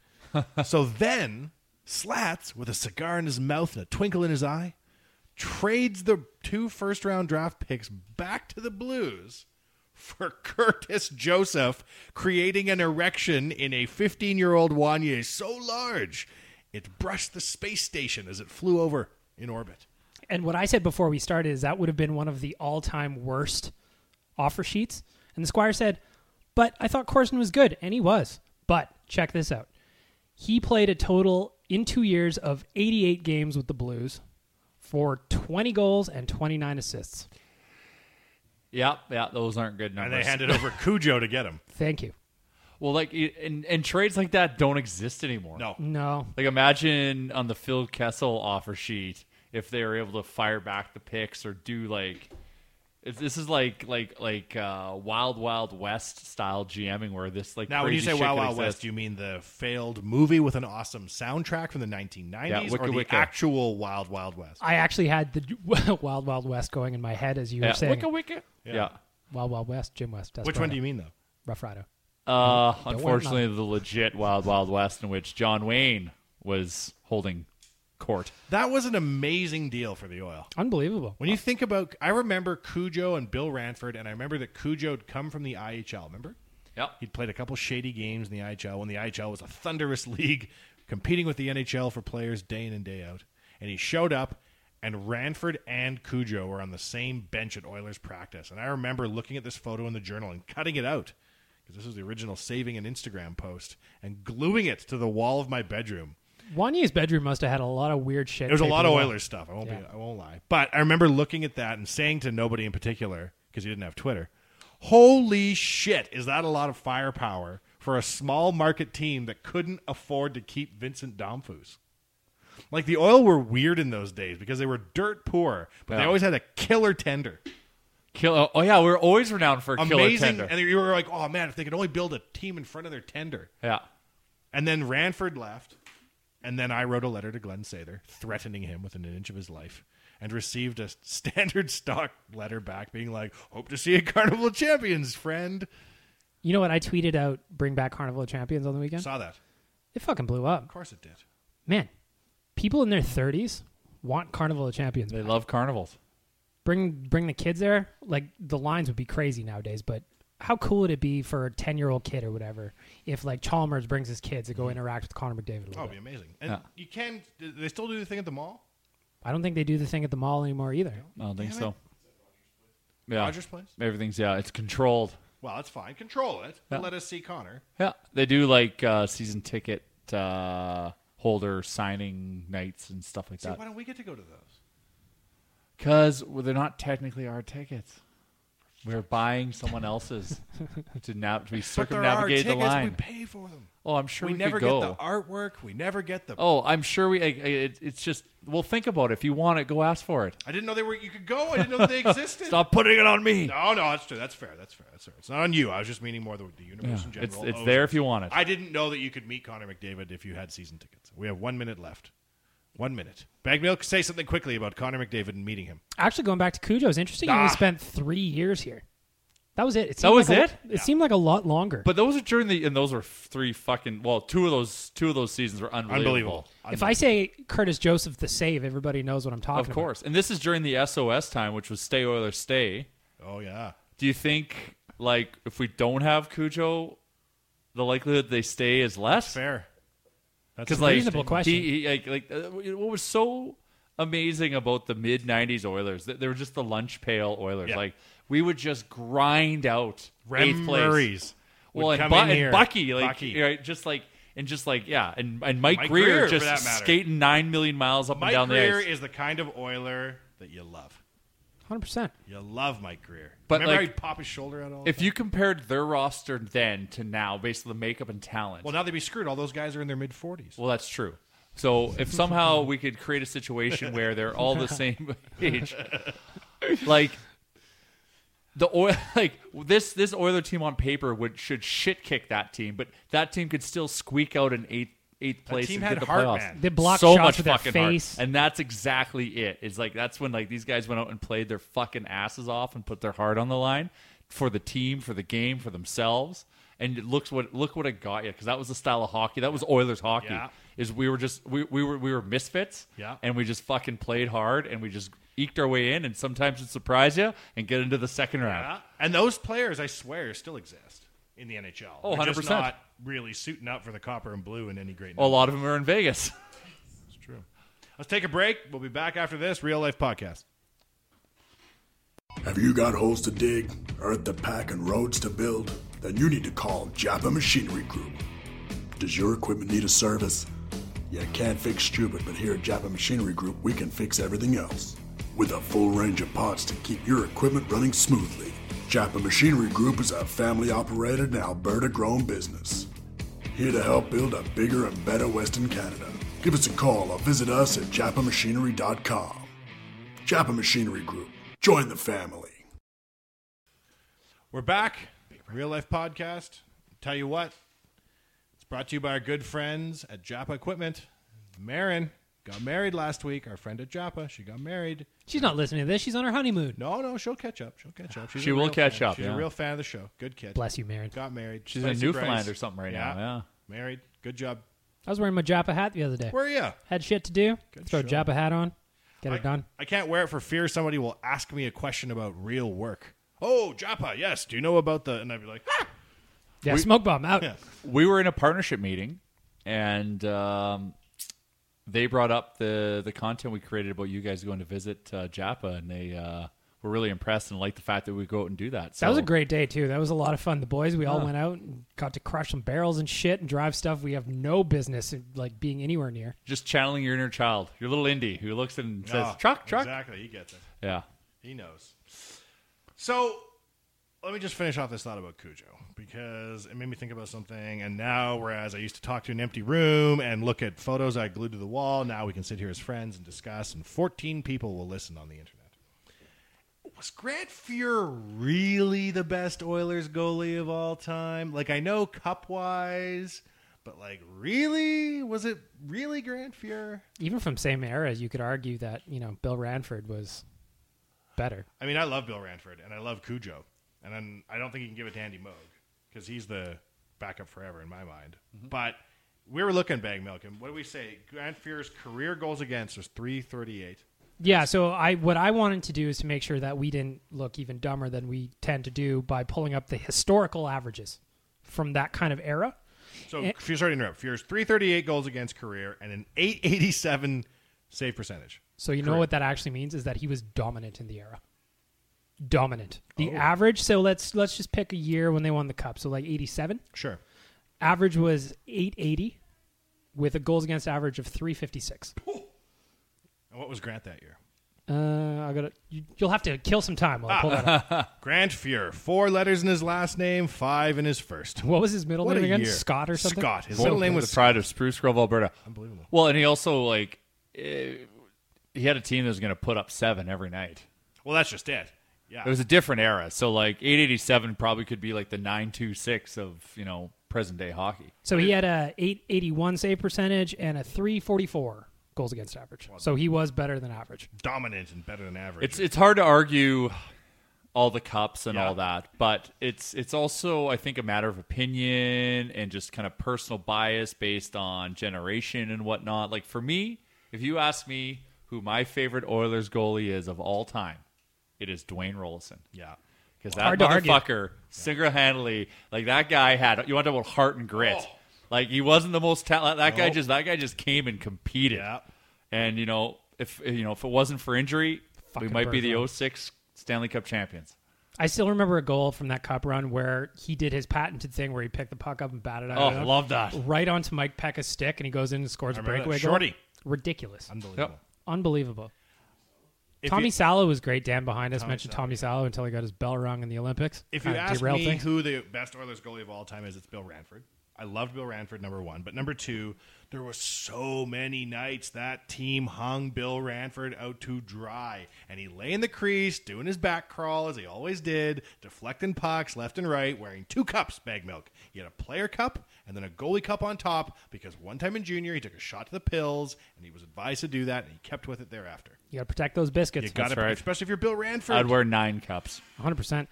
So then, Slats, with a cigar in his mouth and a twinkle in his eye, trades the two first round draft picks back to the Blues for Curtis Joseph, creating an erection in a 15 year old Wanye so large it brushed the space station as it flew over in orbit.
And what I said before we started is that would have been one of the all-time worst offer sheets. And the squire said, "But I thought Corson was good, and he was. But check this out. He played a total in 2 years of 88 games with the Blues for 20 goals and 29 assists.
yeah, yeah, those aren't good numbers.
And they handed over Cujo to get him.
Thank you."
Well, like it- and and trades like that don't exist anymore.
No.
No.
Like imagine on the Phil Kessel offer sheet if they were able to fire back the picks or do like if this is like like like uh, wild wild west style GMing where this like
Now, when you
crazy
say
shit
Wow
could
Wow
exist.
West, do you mean the failed movie with an awesome soundtrack from the 1990s
Yeah, Wicca
or the
Wicca.
actual Wild Wild West?
I actually had the Wild Wild West going in my head as you were
yeah.
saying.
Wicca Wicca yeah.
Wild Wild West, Jim West.
Which one do you mean, though?
Rough Rider.
Uh,
worry,
unfortunately, the legit Wild Wild West in which John Wayne was holding court.
That was an amazing deal for the oil.
Unbelievable.
When you think about, I remember Cujo and Bill Ranford, and I remember that Cujo had come from the IHL. Remember,
Yep.
he'd played a couple shady games in the IHL when the IHL was a thunderous league, competing with the NHL for players day in and day out. And he showed up, and Ranford and Cujo were on the same bench at Oilers practice. And I remember looking at this photo in the journal and cutting it out because this was the original saving an Instagram post and gluing it to the wall of my bedroom.
Wanye's bedroom must have had a lot of weird shit.
There was a
taped
lot
to
of
the wall.
Oilers stuff. I won't be, I won't lie. But I remember looking at that and saying to nobody in particular because he didn't have Twitter, "Holy shit, is that a lot of firepower for a small market team that couldn't afford to keep Vincent Domfus?" Like the Oil were weird in those days because they were dirt poor, but they
Yeah.
always had a killer tender,
Kill. Oh yeah, we're always renowned for killer
amazing,
tender.
and you were like, "Oh man, if they could only build a team in front of their tender."
yeah.
And then Ranford left. And then I wrote a letter to Glenn Sather threatening him within an inch of his life and received a standard stock letter back being like, Hope to see you at Carnival of Champions, friend.
You know what? I tweeted out "Bring back Carnival of Champions" on the weekend.
Saw that.
it fucking blew
Of
up.
course it did.
Man, people in their thirties want Carnival of Champions.
They love carnivals.
Bring bring the kids there. Like the lines would be crazy nowadays, but. How cool would it be for a ten year old kid or whatever if like Chalmers brings his kids to go
Mm-hmm.
interact with Connor McDavid? A little
Oh,
bit?
it'd be amazing. And you can, do they still do the thing at the mall?
I don't think they do the thing at the mall anymore either.
I don't think
Damn
so.
it.
Yeah.
Rogers place?
Everything's yeah. It's controlled.
Well, that's fine. Control it. But
Yeah.
Let us see Connor.
Yeah, they do like uh, season ticket uh, holder signing nights and stuff like
See, why
that.
don't we get to go to those?
Because well, they're not technically our tickets. We're buying someone else's to nav- to be
But there are
circumnavigate
tickets.
the
We
line.
pay for them.
oh, I'm sure
we,
we,
never
could go.
get the artwork. We never get the.
oh, I'm sure we. I, I, it, it's just well, think about it. If you want it, go ask for it.
I didn't know they were. You could go. I didn't know that they existed.
Stop putting it on me.
Oh, No, no, that's true. That's fair. That's fair. That's fair. It's not on you. I was just meaning more the, the universe in
It's
general.
it's
owes
there
us.
if you want it.
I didn't know that you could meet Connor McDavid if you had season tickets. We have one minute left. One minute. Bag milk. Say something quickly about Connor McDavid and meeting him.
Actually, going back to Cujo is interesting. He
Ah.
only spent three years here. That was it. it
That
seemed
was
like a-
it?
It seemed like a lot longer.
But those are during the and those were three fucking well, two of those two of those seasons were unbelievable.
Unbelievable.
if I say Curtis Joseph the save, everybody knows what I'm talking
Of
about.
course. And this is during the SOS time, which was stay Oilers stay.
Oh yeah.
Do you think like if we don't have Cujo, the likelihood they stay is less?
Fair. That's
Because
a
like
reasonable
he-
question.
he- like, like uh, what was so amazing about the mid '90s Oilers? that They were just the lunch pail Oilers.
Yeah.
Like we would just grind out
Rem
eighth place.
Murray's would
Well, and,
come
Bu-
in
and
here.
Bucky, like
Bucky.
right, just like and just like yeah, and and Mike,
Mike
Greer,
Greer, for
just
that matter.
skating nine million miles up
Mike
and down
Greer
the ice.
is the kind of oiler that you love.
100%.
You love Mike Greer.
But,
Remember
like,
how he'd pop his shoulder out all the
if you compared their roster then to now, based on the makeup and talent,
Well, now they'd be screwed. All those guys are in their mid 40s.
Well, that's true. So if somehow we could create a situation where they're all the same age, like the oil, like this this Oiler team on paper would should shit kick that team, but that team could still squeak out an eighth eighth place.
team
and get
had
the
heart,
playoffs.
man.
They blocked
so
shots
much
with their
fucking heart.
face.
and that's exactly it. It's like that's when like these guys went out and played their fucking asses off and put their heart on the line for the team, for the game, for themselves. And it looks what look what it got you because that was the style of hockey. That was Oilers hockey.
Yeah.
Is we were just we, we were we were misfits.
Yeah.
And we just fucking played hard and we just eked our way in and sometimes it surprised you and get into the second round.
Yeah. And those players, I swear, still exist in the NHL.
Oh,
They're just
100%.
not really suiting up for the copper and blue in any great
Well, a
number.
lot of them are in Vegas.
It's true. Let's take a break. We'll be back after this real life podcast.
Have you got holes to dig, earth to pack, and roads to build? Then you need to call Japa Machinery Group. Does your equipment need a service? You can't fix stupid, but here at Japa Machinery Group, we can fix everything else. With a full range of parts to keep your equipment running smoothly, Japa Machinery Group is a family operated and Alberta grown business. Here to help build a bigger and better Western Canada. Give us a call or visit us at japamachinery.com. Japa Machinery Group. Join the family.
We're back. Real life podcast. Tell you what, it's brought to you by our good friends at Japa Equipment. Marin got married last week. Our friend at Japa, she got married.
She's not listening to this. She's on her honeymoon.
No, no, she'll catch up. She'll catch up. She's
She
a
will
real
catch
fan.
up,
She's
yeah.
a real fan of the show. Good kid.
Bless you, Marin.
Got married.
She's in
Spicy
Newfoundland
Bryce.
or something right now, yeah.
Married. Good job.
I was wearing my Japa hat the other day.
Where are you?
Had shit to do.
Good
Throw a
show.
Japa hat on. Get
I,
it done.
I can't wear it for fear somebody will ask me a question about real work. Oh, Japa, yes. Do you know about the? And I'd be like, "Ah."
Yeah, smoke bomb out.
Yeah.
we were in a partnership meeting and um, they brought up the the content we created about you guys going to visit uh, Japa and they uh, were really impressed and liked the fact that we go out and do that. So
That was a great day too. That was a lot of fun. The boys, we all
Yeah.
went out and got to crush some barrels and shit and drive stuff we have no business like being anywhere near.
just channeling your inner child, your little indie who looks and says
Ah,
truck truck.
Exactly. He gets it.
Yeah.
He knows. So let me just finish off this thought about Cujo because it made me think about something. And now, whereas I used to talk to an empty room and look at photos I glued to the wall, now we can sit here as friends and discuss, and 14 people will listen on the internet. Was Grant Fuhr really the best Oilers goalie of all time? Like, I know cup wise, but like, really? Was it really Grant Fuhr?
Even from same era, you could argue that you know Bill Ranford was better.
I mean, I love Bill Ranford and I love Cujo, and then I don't think you can give it to Andy Moog because he's the backup forever in my mind. But we were looking bag milk, and what do we say? Grant Fuhrer's career goals against was three thirty eight.
Yeah, so I what I wanted to do is to make sure that we didn't look even dumber than we tend to do by pulling up the historical averages from that kind of era.
So Fuhr- sorry to interrupt. Fuhrer's three thirty eight goals against career and an eight eighty seven save percentage.
So you know what that actually means is that he was dominant in the era. Dominant. The
Oh.
average, so let's let's just pick a year when they won the cup. So like 87.
Sure.
Average was 880 with a goals against average of 356.
And what was Grant that year?
Uh, I got to you, you'll have to kill some time while I pull that up.
Grant Fuhr, four letters in his last name, five in his first.
What was his middle
What
name
a
again?
year.
Scott or something?
Scott. His middle name
From
was
the pride of Spruce Grove, Alberta. Unbelievable. Well, and he also like eh, he had a team that was going to put up seven every night.
Well, that's just it. Yeah.
It was a different era, so like 887 probably could be like the 926 of you know present day hockey.
So he had a 881 save percentage and a 344 goals against average. So he was better than average.
dominant and better than average.
It's it's hard to argue all the cups and
Yeah.
all that. But it's it's also I think a matter of opinion and just kind of personal bias based on generation and whatnot. Like for me, if you ask me who my favorite Oilers goalie is of all time, it is Dwayne Rollison.
Yeah.
Because
Hard
that
to argue.
motherfucker single handedly, like that guy had you want to talk about heart and grit. Like he wasn't the most talented. That guy just that guy just came and competed.
Yeah.
And you know if you know if it wasn't for injury,
Fucking
we might be
Bergeron.
the 06 Stanley Cup champions.
I still remember a goal from that cup run where he did his patented thing where he picked the puck up and batted it
Oh,
out.
love that.
Right onto Mike Pekka's stick, and he goes in and scores a
remember that.
breakaway goal.
Shorty.
Ridiculous.
Unbelievable.
Unbelievable.
If
Tommy
you-
Salo was great. Dan behind us mentioned Tommy Salo until he got his bell rung in the Olympics.
If you
Kinda
ask
derailed
me
Uh, things.
who the best Oilers goalie of all time is, it's Bill Ranford. I loved Bill Ranford, number one. But number two, there were so many nights that team hung Bill Ranford out to dry. And he lay in the crease, doing his back crawl as he always did, deflecting pucks left and right, wearing two cups, bag milk. He had a player cup and then a goalie cup on top because one time in junior, he took a shot to the pills and he was advised to do that and he kept with it thereafter.
you got to protect those biscuits.
You got it,
right.
especially if you're Bill Ranford.
I'd wear nine cups.
100%.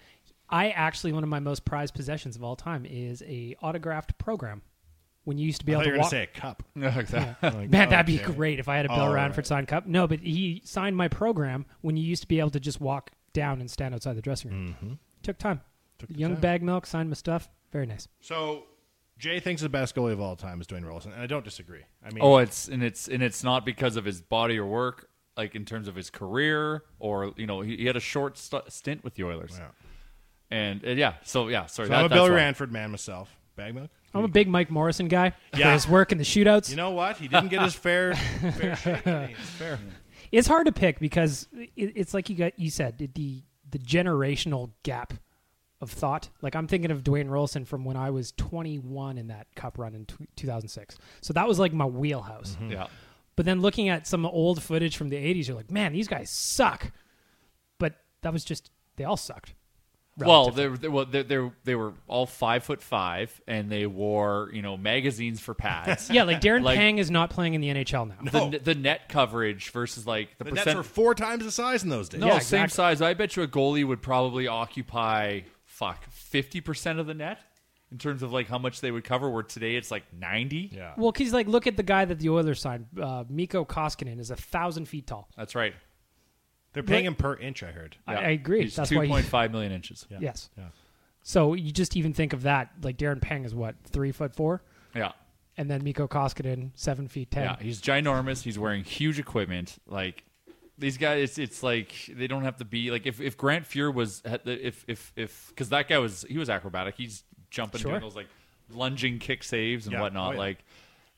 I actually, one of my most prized possessions of all time is a autographed program. When you used to be
I
able
thought you
to
were going
walk.
to say a cup.
Man, that'd be
Okay.
great if I had a Bill
All
Ranford
right.
signed cup. No, but he signed my program when you used to be able to just walk down and stand outside the dressing room.
Mm-hmm.
Took time. Young bag milk signed my stuff. Very nice.
So Jay thinks the best goalie of all time is Dwayne Rollison, and I don't disagree. I mean,
Oh, it's and it's and it's not because of his body or work, like in terms of his career or you know he, he had a short st- stint with the Oilers.
Yeah.
And, and yeah, so yeah, sorry.
so
that-
I'm a
that's
Bill
why.
Ranford man myself. Bag milk.
I'm a big Mike Morrison guy for
Yeah.
his work in the shootouts.
You know what? He didn't get his fair. fair shake. I mean, it's fair.
it's hard to pick because it, it's like you got you said the the generational gap of thought. Like I'm thinking of Dwayne Rolson from when I was 21 in that Cup run in tw 2006. So that was like my wheelhouse.
Yeah.
But then looking at some old footage from the 80s, you're like, man, these guys suck. But that was just, they all sucked.
Well, they they well they they they were all five foot five, and they wore you know magazines for pads.
Yeah, like Darren
Like-
Pang is not playing in the NHL now.
The, the net coverage versus like the,
The Nets
percent.
were four times the size in those days.
no,
Yeah,
same
exactly.
size. I bet you a goalie would probably occupy fuck fifty percent of the net in terms of like how much they would cover. Where today it's like ninety.
Yeah.
Well, because like, look at the guy that the Oilers signed. Uh, Miko Koskinen is a thousand feet tall.
That's right.
They're paying him per inch. I heard.
I, I agree.
He's
That's
two
why he-
point five million inches. Yeah.
Yes.
Yeah.
So you just even think of that. Like Darren Pang is what, three foot four?
yeah.
And then Miko Koskinen, seven feet ten.
he's ginormous. He's wearing huge equipment. Like these guys, it's, it's like they don't have to be like if, if Grant Fuhr was had the- if if if because that guy was he was acrobatic. He's jumping,
Sure.
doing those like lunging kick saves and
Yeah.
whatnot.
Oh, yeah.
Like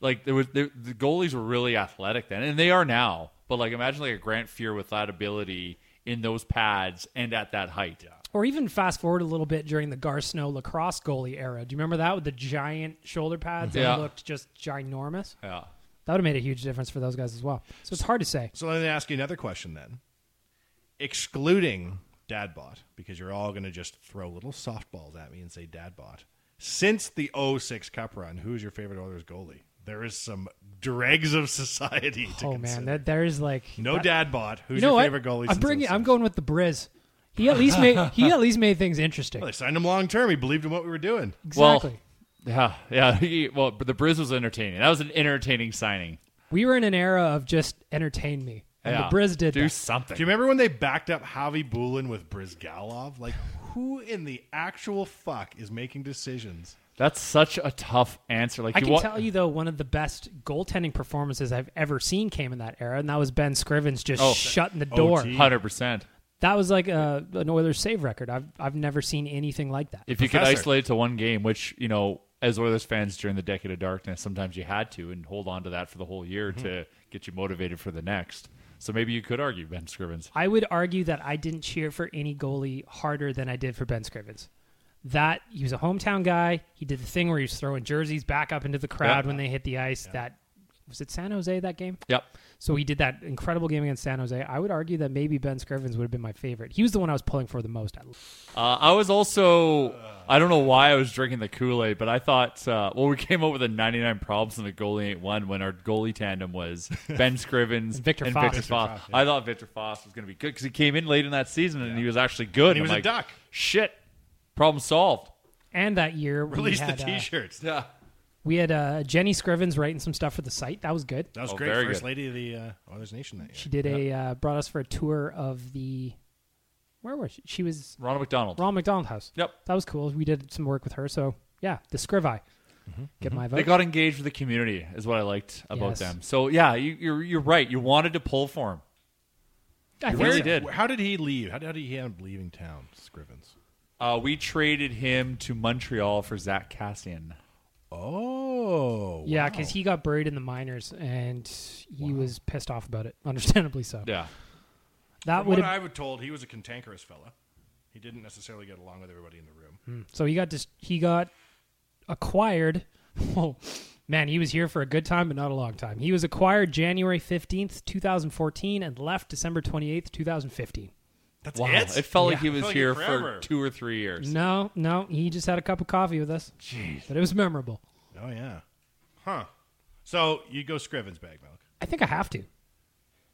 like there was there, the goalies were really athletic then, and they are now. But like imagine like a Grant Fuhr with that ability in those pads and at that height.
Or even fast forward a little bit during the Garceau lacrosse goalie era. Do you remember that with the giant shoulder pads
Yeah.
that looked just ginormous?
Mm-hmm. Yeah.
That would have made a huge difference for those guys as well. So it's hard to say.
So let me ask you another question then. Excluding Dadbot, because you're all going to just throw little softballs at me and say Dadbot. Since the 06 Cup run, who's your favorite Oilers goalie? There is some dregs of society to
Oh
consider.
man, that there is like
No
that-
Dadbot. Who's
You know
your
what?
favorite goalie?
I'm
since
bringing.
06?
I'm going with the Briz. He at least made. He at least made things interesting.
Well, they signed him long term. He believed in what we were doing.
Exactly.
Yeah, yeah. He, well, but the Briz was entertaining. That was an entertaining signing.
we were in an era of just entertain me, and
yeah.
the Briz did
do
that.
something.
Do you remember when they backed up Javi Bulin with Brizgalov? Like, who in the actual fuck is making decisions?
That's such a tough answer. Like
I
you
can
wa-
tell you though, one of the best goaltending performances I've ever seen came in that era, and that was Ben Scrivens just
Oh.
shutting the door.
OT.
hundred percent.
That was like a, an Oilers save record. I've I've never seen anything like that.
If you could
Professor.
isolate to one game, which you know, as Oilers fans during the decade of darkness, sometimes you had to and hold on to that for the whole year to get you motivated for the next. So maybe you could argue Ben Scrivens.
I would argue that I didn't cheer for any goalie harder than I did for Ben Scrivens. That he was a hometown guy. He did the thing where he was throwing jerseys back up into the crowd
Yeah.
when they hit the ice. That was it San Jose that game?
Yep.
So he did that incredible game against San Jose. I would argue that maybe Ben Scrivens would have been my favorite. He was the one I was pulling for the most.
Uh, I was also, I don't know why I was drinking the Kool Aid, but I thought, uh, well, we came up with a 99 problems and the goalie ain't one when our goalie tandem was Ben Scrivens
And Victor
and
Foss.
Victor Foss. I thought Victor Foss was going to be good because he came in late in that season and he was actually good.
he
I'm
was a
like,
duck.
Shit, problem solved.
And that year
Release
we
the
had uh,
T-shirts.
Yeah.
we had uh, Jenny Scrivens writing some stuff for the site. That was good.
That was
Oh,
great.
very
First
good.
lady of the uh, Oilers Nation that year.
She did a uh, brought us for a tour of the where was she? She was
Ronald McDonald.
Ronald McDonald House.
Yep.
That was cool. We did some work with her. So yeah, the Scrivi. Get my vote.
They got engaged with the community, is what I liked about
Yes.
them. So yeah, you, you're you're right. You wanted to pull for him.
I
You
think
really
so.
did.
How did he leave? How, how did he end up leaving town, Scrivens?
Uh, we traded him to Montreal for Zach Cassian.
Oh,
Yeah,
wow.
because he got buried in the minors and he was pissed off about it, understandably so.
Yeah.
That
From
would
what
have
I was told, he was a cantankerous fella. He didn't necessarily get along with everybody in the room.
so he got dis- he got acquired. Well, man, he was here for a good time, but not a long time. He was acquired January fifteenth, two thousand fourteen, and left December twenty eighth, two thousand fifteen.
That's
Wow.
it.
It felt like he
It
was
felt like
here
forever.
for two or three years.
No, no, he just had a cup of coffee with us. Jeez, but it was memorable.
Oh yeah. Huh. So you go Scrivens bag milk.
I think I have to.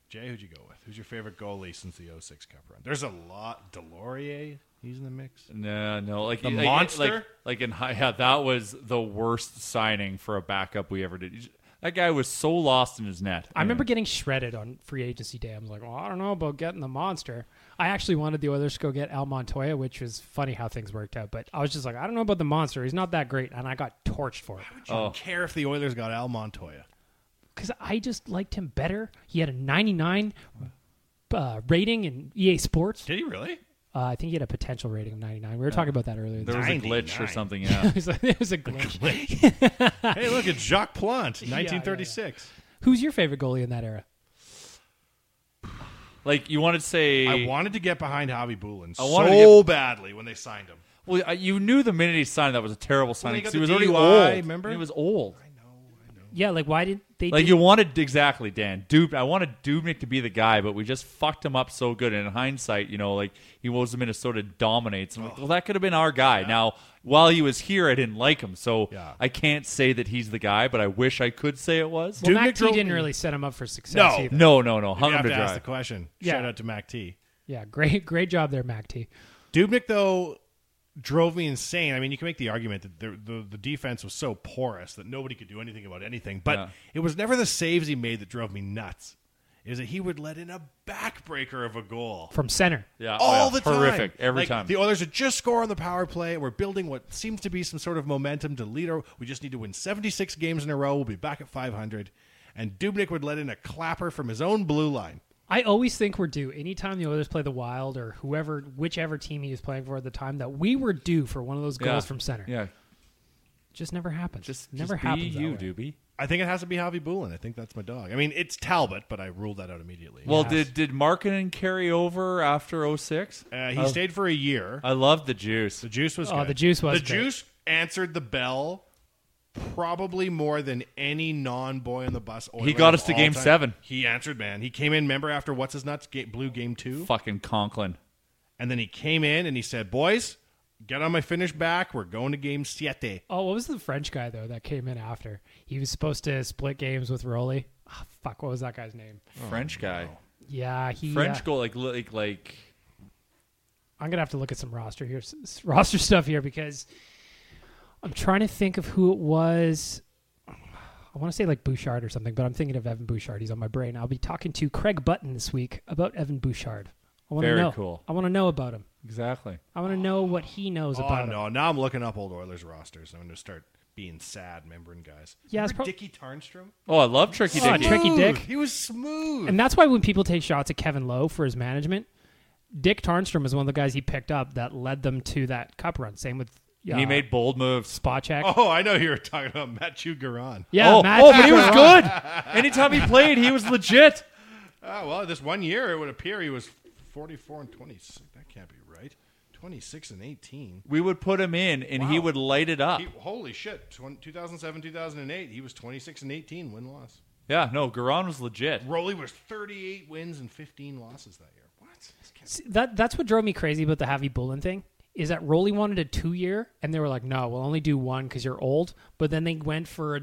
Jay, who'd you go with? Who's your favorite goalie since the 06 Cup run? There's a lot. Delorier, he's in the mix.
No, no, like
The
like-
monster?
like, like in hi- yeah, that was the worst signing for a backup we ever did. That guy was so lost in his net.
I remember getting shredded on free agency day. I'm like, well, I don't know about getting the monster. I actually wanted the Oilers to go get Al Montoya, which was funny how things worked out. But I was just like, I don't know about the monster. He's not that great, and I got torched for it
I
Oh.
don't care if the Oilers got Al Montoya.
because I just liked him better. He had a 99 uh, rating in EA Sports.
Did he really?
Uh, I think he had a potential rating of 99. We were talking about that earlier.
there was a glitch or
99.
something. Yeah,
it was a, it was a glitch.
hey, look, it's Jacques Plante, 1936.
Who's your favorite goalie in that era?
like you wanted to say,
I wanted to get behind Javi Bulin
I wanted to
so badly when they signed him.
well, I- you knew the minute he signed that was a terrible signing
he got
he
the
was already
DUI,
old.
remember?
he was old.
Yeah, like why did they?
Like
do-
you wanted exactly, Dan Dub. I wanted Dubnik to be the guy, but we just fucked him up so good. And in hindsight, you know, like he was Minnesota dominates. I'm like, well, that could have been our guy. Now, while he was here, I didn't like him, so
Yeah.
I can't say that he's the guy. But I wish I could say it was.
well, Mac T
Dubnik-
didn't really set him up for success.
No,
either.
No, no, no.
You have
Hunter
to ask the
drive.
question.
Yeah.
Shout out to Mac T.
Yeah, great, great job there, Mac T.
Dubnik though drove me insane. I mean, you can make the argument that the the, the defense was so porous that nobody could do anything about anything. But
Yeah.
it was never the saves he made that drove me nuts. Is that he would let in a backbreaker of a goal
from center.
Yeah, oh,
all
yeah.
the time,
Horrific every
Like,
time.
The Oilers would just score on the power play. We're building what seems to be some sort of momentum to lead. Our, we just need to win seventy six games in a row. We'll be back at five hundred. And Dubnik would let in a clapper from his own blue line.
I always think we're due anytime the Oilers play the Wild or whoever, whichever team he was playing for at the time, that we were due for one of those
Yeah.
goals from center.
Yeah,
Just never happens.
just
never
just
happens.
Be
that
you,
way.
Doobie.
I think it has to be Javi Bulin. I think that's my dog. I mean, it's Talbot, but I ruled that out immediately.
Well, did did Markkinen carry over after 06?
Uh, he stayed for a year.
I love the juice.
the juice was.
Oh,
good.
the juice was
The
great.
juice answered the bell, probably more than any non-boy on the bus. Oiler
He got
of
us to
all
game
time.
seven.
He answered, man. He came in. Remember after what's his nuts ga- blue game two,
Fucking Conklin.
Oh, and then he came in and he said, "Boys, get on my finish back. We're going to game siete."
Oh, what was the French guy though that came in after? He was supposed to split games with Rolly. Ah, fuck, what was that guy's name?
French guy.
Yeah, he.
French
uh,
goal like like like
I'm gonna have to look at some roster here, s- s- roster stuff here because I'm trying to think of who it was. I want to say like Bouchard or something, but I'm thinking of Evan Bouchard. He's on my brain. I'll be talking to Craig Button this week about Evan Bouchard. I want to
Very
know.
cool.
I want to know about him.
exactly.
I want to know what he knows
Oh
about him.
no! Now I'm looking up old Oilers rosters. I'm going to start being sad, remembering guys.
Yeah, it's
Remember
prob-
Dickie Tarnstrom.
Oh, I love Tricky
Oh,
Dicky.
Tricky
Smooth.
Dick.
He was smooth.
And that's why when people take shots at Kevin Lowe for his management, Dick Tarnstrom is one of the guys he picked up that led them to that cup run. Same with yeah,
He made bold moves.
Spacek.
oh, I know you were talking about Matthew Garon.
Yeah,
oh,
Matt
oh, but he was
Pacioretty.
good. Anytime he played, he was legit.
Ah, well, this one year it would appear he was 44 and 26. That can't be right. 26 and 18.
We would put him in, and he
Wow.
would light it up.
He, holy shit. 20, 2007, 2008, he was 26 and 18 win loss.
Yeah, no, Garon was legit.
Rolly was 38 wins and 15 losses that year. What? This kid-
See, that that's what drove me crazy about the Javi Bullen thing. Is that Rolly wanted a two year, and they were like, "No, we'll only do one because you're old." But then they went for a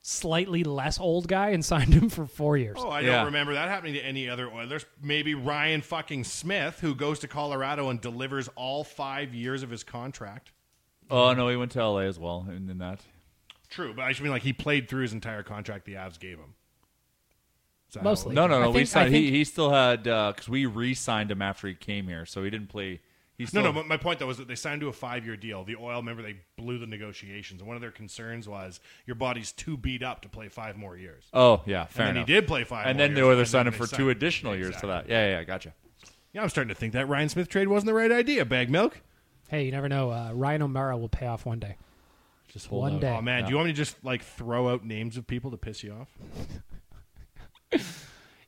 slightly less old guy and signed him for four years.
Oh, I
Yeah.
don't remember that happening to any other Oilers. Maybe Ryan fucking Smith, who goes to Colorado and delivers all five years of his contract.
Oh no, he went to LA as well, and then that.
True, but I just mean like he played through his entire contract the Avs gave him. Is that how it
Mostly.
No, no,
I
no. we
think- I
signed.
think-
he, he still had because we re-signed him after he came here, so he didn't play. He
No,
still,
no. But my point though was that they signed to a five-year deal. The oil, remember, they blew the negotiations, and one of their concerns was your body's too beat up to play five more years.
oh yeah, fair
and then
enough.
he did play five.
and
more
then
years,
the other
and then
signed him
they
for
signed
two additional years to
Exactly.
that. Yeah, yeah, yeah, gotcha.
Yeah, I'm starting to think that Ryan Smith trade wasn't the right idea. Bag milk.
Hey, you never know. Uh, Ryan O'Mara will pay off one day.
Just
hold One out. day.
Oh man, do you want me to just like throw out names of people to piss you off?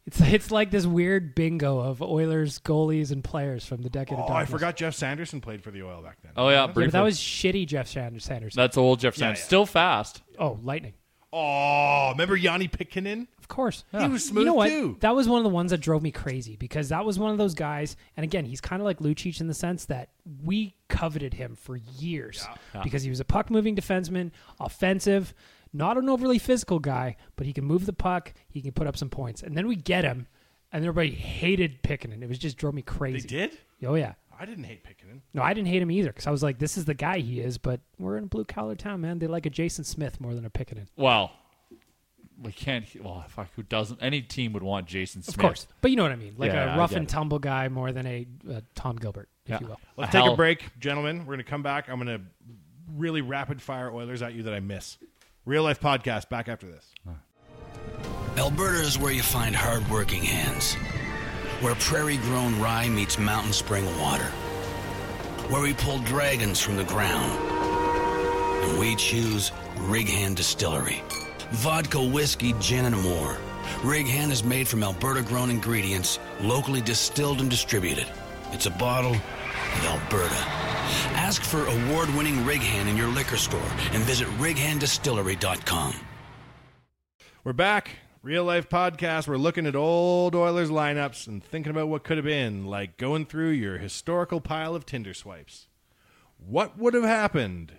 It's it's like this weird bingo of Oilers goalies and players from the decade. of
Oh, I
darkness.
forgot Jeff Sanderson played for the Oil back then.
Oh yeah,
Yeah, but
briefly.
that was shitty, Jeff Sand- Sanderson.
that's old Jeff Sands.
yeah.
Still fast.
Oh, lightning.
Oh, remember Yanni Pikkinen?
Of course.
He was smooth
you know what?
too.
That was one of the ones that drove me crazy because that was one of those guys, and again, he's kind of like Lucic in the sense that we coveted him for years because he was a puck moving defenseman, offensive, not an overly physical guy, but he can move the puck, he can put up some points. And then we get him, and everybody hated picking it. It was just drove me
They
crazy.
did.
Oh yeah.
I didn't hate Pikkinen.
No, I didn't hate him either because I was like, this is the guy he is, but we're in a blue collar town, man. They like a Jason Smith more than a Pickenin.
Well, we can't. Well, fuck, who doesn't? Any team would want Jason Smith.
Of course. But you know what I mean. Like
Yeah, I
a rough
get
and
it.
tumble guy more than a uh, Tom Gilbert, if
Yeah.
you will.
Let's
A
take a
hell-
break, gentlemen. We're going to come back. I'm going to really rapid fire Oilers at you that I miss. Real life podcast back after this.
Alberta is where you find hard-working hands, where prairie-grown rye meets mountain spring water, where we pull dragons from the ground, and we choose Righand Distillery, vodka, whiskey, gin, and more. Righand is made from Alberta-grown ingredients, locally distilled and distributed. It's a bottle of Alberta. Ask for award-winning Righand in your liquor store and visit righanddistillery.com.
We're back. Real life podcast. We're looking at old Oilers lineups and thinking about what could have been, like going through your historical pile of Tinder swipes. What would have happened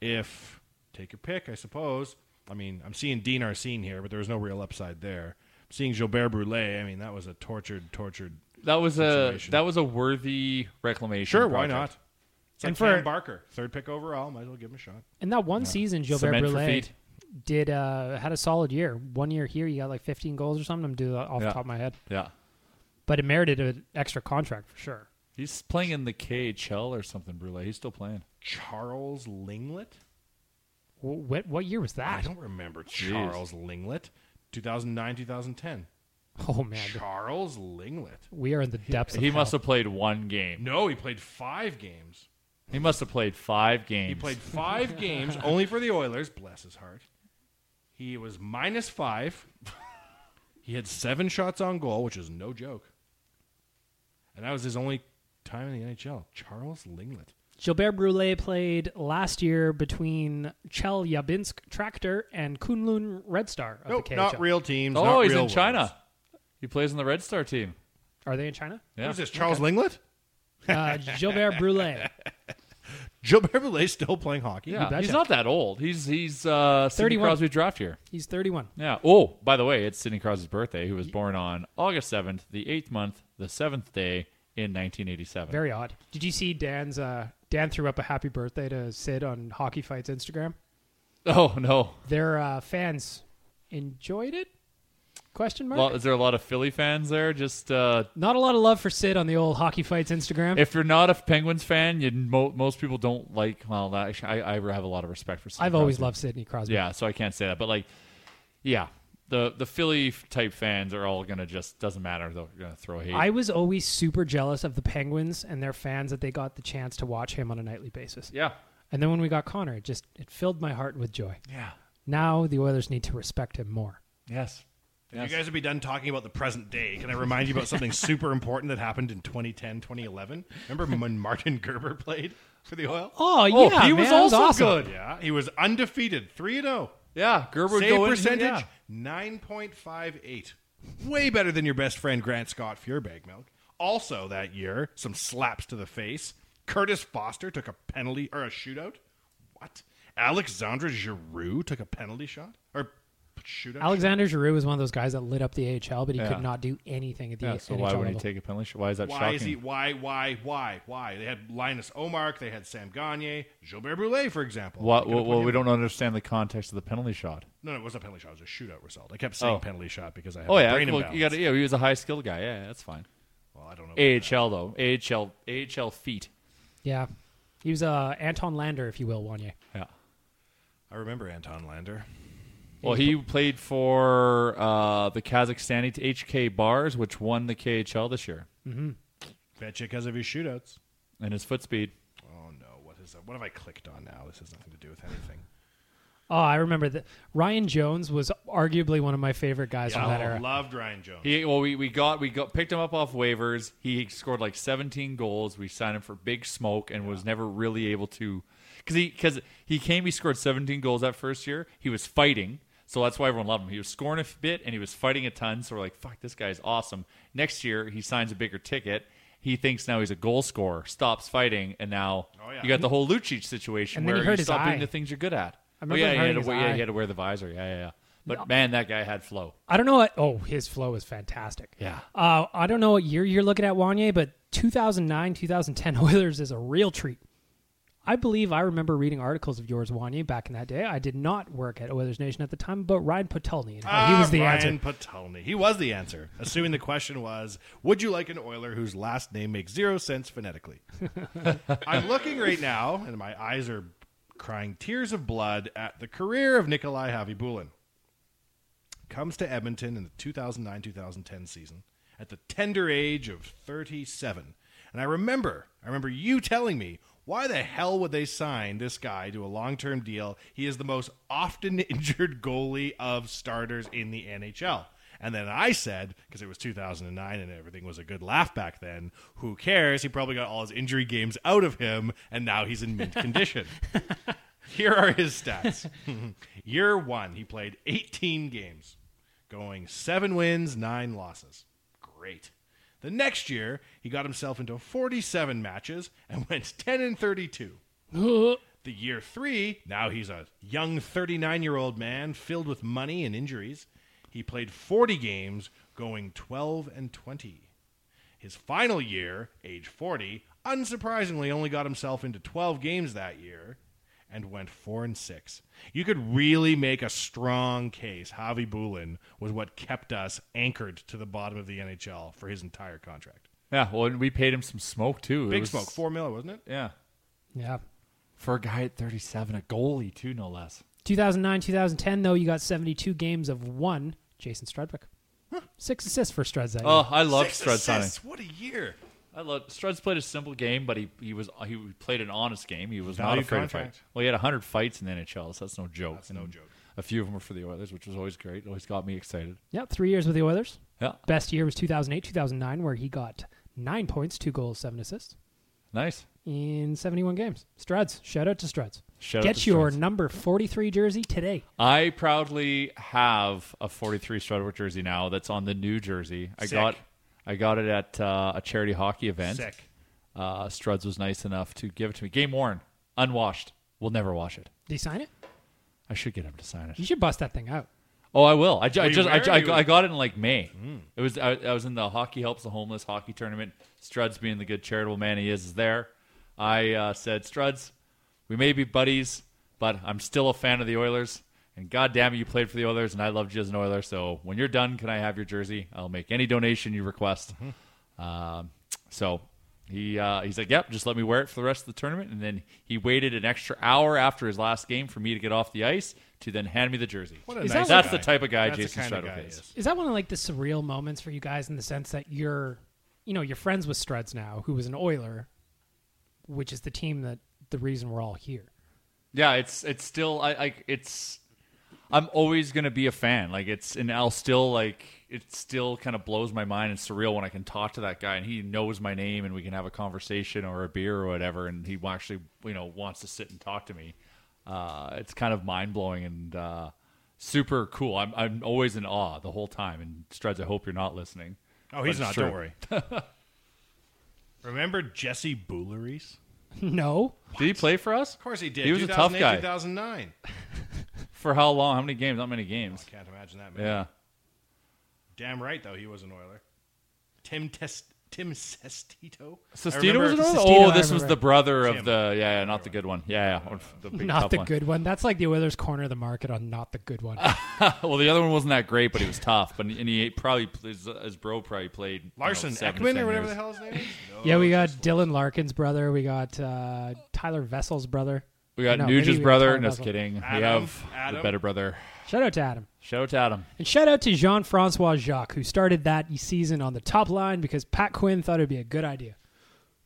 if, take your pick, I suppose. I mean, I'm seeing Dean Arcine here, but there was no real upside there. seeing Gilbert Brule, I mean, that was a tortured, tortured.
That was a
Situation.
that was a worthy reclamation.
Sure, why
project.
not? It's like
And for-
Cam Barker, third pick overall. Might as well give him a shot.
And that one season, Gilbert
Cement for
Brule
feet.
did uh, had a solid year. One year here, he got like 15 goals or something. I'm doing that off
Yeah.
the top of my head,
Yeah,
but it merited an extra contract for sure.
he's playing in the KHL or something. Brule, he's still playing.
Charles Linglet?
Wh- What, what year was
I
that?
don't remember Charles Linglet. 2009, 2010.
Oh man,
Charles Linglet.
we are in the depths. of
He
hell.
must have played one game.
No, he played five games.
He must have played five games.
He played five games only for the Oilers. Bless his heart. He was minus five. He had seven shots on goal, which is no joke. And that was his only time in the NHL. Charles Linglet.
Gilbert Brule played last year between Chelyabinsk Tractor and Kunlun Red Star. Of
Nope,
the KHL.
not real teams.
Oh,
not
he's
real
in China.
ones.
He plays in the Red Star team.
Are they in China?
Yeah.
Who's this? Charles Linglet?
Uh, Gilbert Brule.
Gilbert Roulet's still playing hockey.
Yeah,
betcha.
he's not that old. He's he's uh, Sidney
31.
Crosby draft year.
He's 31.
Yeah. Oh, by the way, it's Sidney Crosby's birthday. He was born on August seventh, the eighth month, the seventh day in 1987.
Very odd. Did you see Dan's? Uh, Dan threw up a happy birthday to Sid on Hockey Fights Instagram.
oh no.
Their uh, fans enjoyed it. Question mark.
Well, is there a lot of Philly fans there? Just uh,
Not a lot of love for Sid on the old Hockey Fights Instagram.
if you're not a Penguins fan, you mo- most people don't like. Well, that, actually, I I have a lot of respect for. Sidney
I've always
Crosby.
loved Sidney Crosby.
Yeah, so I can't say that, but like, yeah, the the Philly f- type fans are all gonna just doesn't matter. They're gonna throw hate.
I was always super jealous of the Penguins and their fans that they got the chance to watch him on a nightly basis.
yeah,
And then when we got Connor, it just it filled my heart with joy.
yeah,
Now the Oilers need to respect him more.
yes.
You guys would be done talking about the present day. Can I remind you about something super important that happened in 2010, 2011? Remember when Martin Gerber played for the Oil?
Oh yeah,
Oh, he was
man, that was
also
awesome.
good.
Yeah, he was undefeated, 3 0.
Yeah, Gerber would
Save
go in,
percentage,
yeah.
9.58. Way better than your best friend Grant Scott Furbag Milk. Also that year, some slaps to the face. Curtis Foster took a penalty or a shootout. What? Alexandre Giroux took a penalty shot or shootout.
Alexander Giroux was one of those guys that lit up the AHL, but he
Yeah.
could not do anything at the
Yeah, so
NHL
why would he
level.
take a penalty shot? Why is that
why
shocking?
is he? Why? Why? Why? Why? They had Linus Omark. They had Sam Gagne, Gilbert Brule, for example.
What,
They could've
well,
put
well,
him-
we don't understand the context of the penalty shot.
No, no, it wasn't a penalty shot. It was a shootout result. I kept saying
Oh.
penalty shot because I had
Oh yeah,
brain
well,
imbalance.
you got yeah. He was a high skilled guy. Yeah, that's fine.
Well, I don't know.
AHL though. AHL AHL feet.
Yeah. He was uh, Anton Lander, if you will, Wanye.
Yeah.
I remember Anton Lander.
Well, he played for uh, the Kazakhstani HK Bars, which won the KHL this year,
Betcha because of his shootouts.
and his foot speed.
Oh no, what is that? What have I clicked on now? This has nothing to do with anything.
Oh, I remember that. Ryan Jones was arguably one of my favorite guys from that
I
era.
loved Ryan Jones.
He well, we, we got we got picked him up off waivers. He scored like 17 goals. We signed him for big smoke and was never really able to because he because he came. He scored 17 goals that first year. He was fighting, so that's why everyone loved him. He was scoring a bit and he was fighting a ton. So we're like, fuck, this guy's awesome. Next year, he signs a bigger ticket. He thinks now he's a goal scorer, stops fighting, and now
yeah.
you got the whole Lucic situation
And then he
where
hurt
you
his
stop
eye.
doing the things you're good at.
I
oh
remember
yeah,
him
he had, to,
hurting his
yeah,
eye.
he had to wear the visor. Yeah, yeah. yeah. But man, that guy had flow.
I don't know what. Oh, his flow is fantastic.
Yeah.
Uh, I don't know what year you're looking at, Wanye, but 2009, 2010 Oilers is a real treat. I believe I remember reading articles of yours, Wanye, back in that day. I did not work at Oilers Nation at the time, but Ryan Petelny. And how he was the
Ah,
answer.
Ryan Petelny. He was the answer. Assuming the question was, would you like an Oiler whose last name makes zero sense phonetically? I'm looking right now, and my eyes are crying tears of blood at the career of Nikolai Havibulin. Comes to Edmonton in the 2009-2010 season at the tender age of 37. And I remember, I remember you telling me, why the hell would they sign this guy to a long-term deal? He is the most often injured goalie of starters in the NHL. And then I said, because it was 2009 and everything was a good laugh back then, who cares? He probably got all his injury games out of him, and now he's in mint condition. Here are his stats. Year one, he played 18 games, going seven wins, nine losses. Great. The next year, he got himself into 47 matches and went 10 and 32. The year three, now he's a young 39 year old man filled with money and injuries. He played 40 games, going 12 and 20. His final year, age 40, unsurprisingly only got himself into 12 games that year and went 4 and 6. You could really make a strong case Javi Bulin was what kept us anchored to the bottom of the NHL for his entire contract.
Yeah, well, and we paid him some smoke too. It
Big
was-
smoke, 4 mil, wasn't it?
Yeah,
Yeah.
for a guy at 37, a goalie too, no less.
2009, 2010, though, you got 72 games of one, Jason Strudwick. Six assists for Struds that year.
Oh, I love
Six
Strud signing.
assists, What a year.
I love Strud's played a simple game, but he he was he played an honest game. He was
Value
not afraid
contract.
to fight. Well, he had 100 fights in the NHL, so that's no joke.
That's no joke.
A few of them were for the Oilers, which was always great. Always got me excited.
Yep, three years with the Oilers.
Yeah,
Best year was 2008, 2009, where he got nine points, two goals, seven assists
nice.
in 71 games. Struds. Shout out to Struds.
Shout out
Get
to
your
Strud's.
number 43 jersey today.
I proudly have a 43 Strudwick jersey now. That's on the new jersey. I
Sick.
got I got it at uh, a charity hockey event.
Sick.
Uh, Struds was nice enough to give it to me. Game worn, unwashed. We'll never wash it.
Did he sign it?
I should get him to sign
You
it.
should bust that thing out.
Oh, I will. I, ju- I
Were Hmm. you
just I, ju-
wearing
I,
it?
got- I got it in like May. It was I, I was in the hockey helps the homeless hockey tournament. Struds, being the good charitable man he is, is there. I uh, said, Struds, we may be buddies, but I'm still a fan of the Oilers. And God damn it, you played for the Oilers, and I loved you as an Oiler. So when you're done, can I have your jersey? I'll make any donation you request.
Hmm.
Um, so he uh, he's like, "Yep, just let me wear it for the rest of the tournament." And then he waited an extra hour after his last game for me to get off the ice to then hand me the jersey.
What a
Is
nice
that what-
That's the type of guy
That's the
Jason
kind of
Strudwick
guy he
is.
Is that one of like the surreal moments for you guys in the sense that you're, you know, you're friends with Struds now, who was an Oiler, which is the team that the reason we're all here.
Yeah, it's it's still I like it's I'm always gonna be a fan. Like it's and I'll still like it still kind of blows my mind and surreal when I can talk to that guy and he knows my name and we can have a conversation or a beer or whatever and he actually you know wants to sit and talk to me. Uh, it's kind of mind blowing and uh, super cool. I'm I'm always in awe the whole time. And Streds, I hope you're not listening.
Oh, he's
But
not.
it's
Don't
true.
worry. Remember Jesse Bouleries?
No.
Did he play for us?
Of course he did.
He was a tough
2008,
guy.
2009.
For how long? How many games? Not many games.
Can't imagine that. Man.
Yeah.
Damn right though, he was an Oiler. Tim Test. Tim Sestito. I
Sestito
remember-
was another.
Sestito,
Oh,
I
this was
remember.
the brother
Jim.
of the. Yeah, yeah, not the good one. Yeah, yeah. or the big
Not
tough
the
one.
good one. That's like the Oilers' corner of the market on not the good one.
well, the other one wasn't that great, but he was tough. But and he probably his, his bro probably played you know,
Larson
seven to
Ekman
ten
or whatever
years.
the hell his name is.
yeah,
Oh,
we got Dylan Larkin's brother. We got uh, Tyler Vessel's brother.
We got
No, maybe we
Nuge's
got
brother.
Tyler
No, just
Vessel.
kidding. we
Adam,
have
Adam.
the better brother.
Shout out to Adam.
Shout out to Adam.
And shout out to Jean Francois Jacques, who started that season on the top line because Pat Quinn thought it would be a good idea.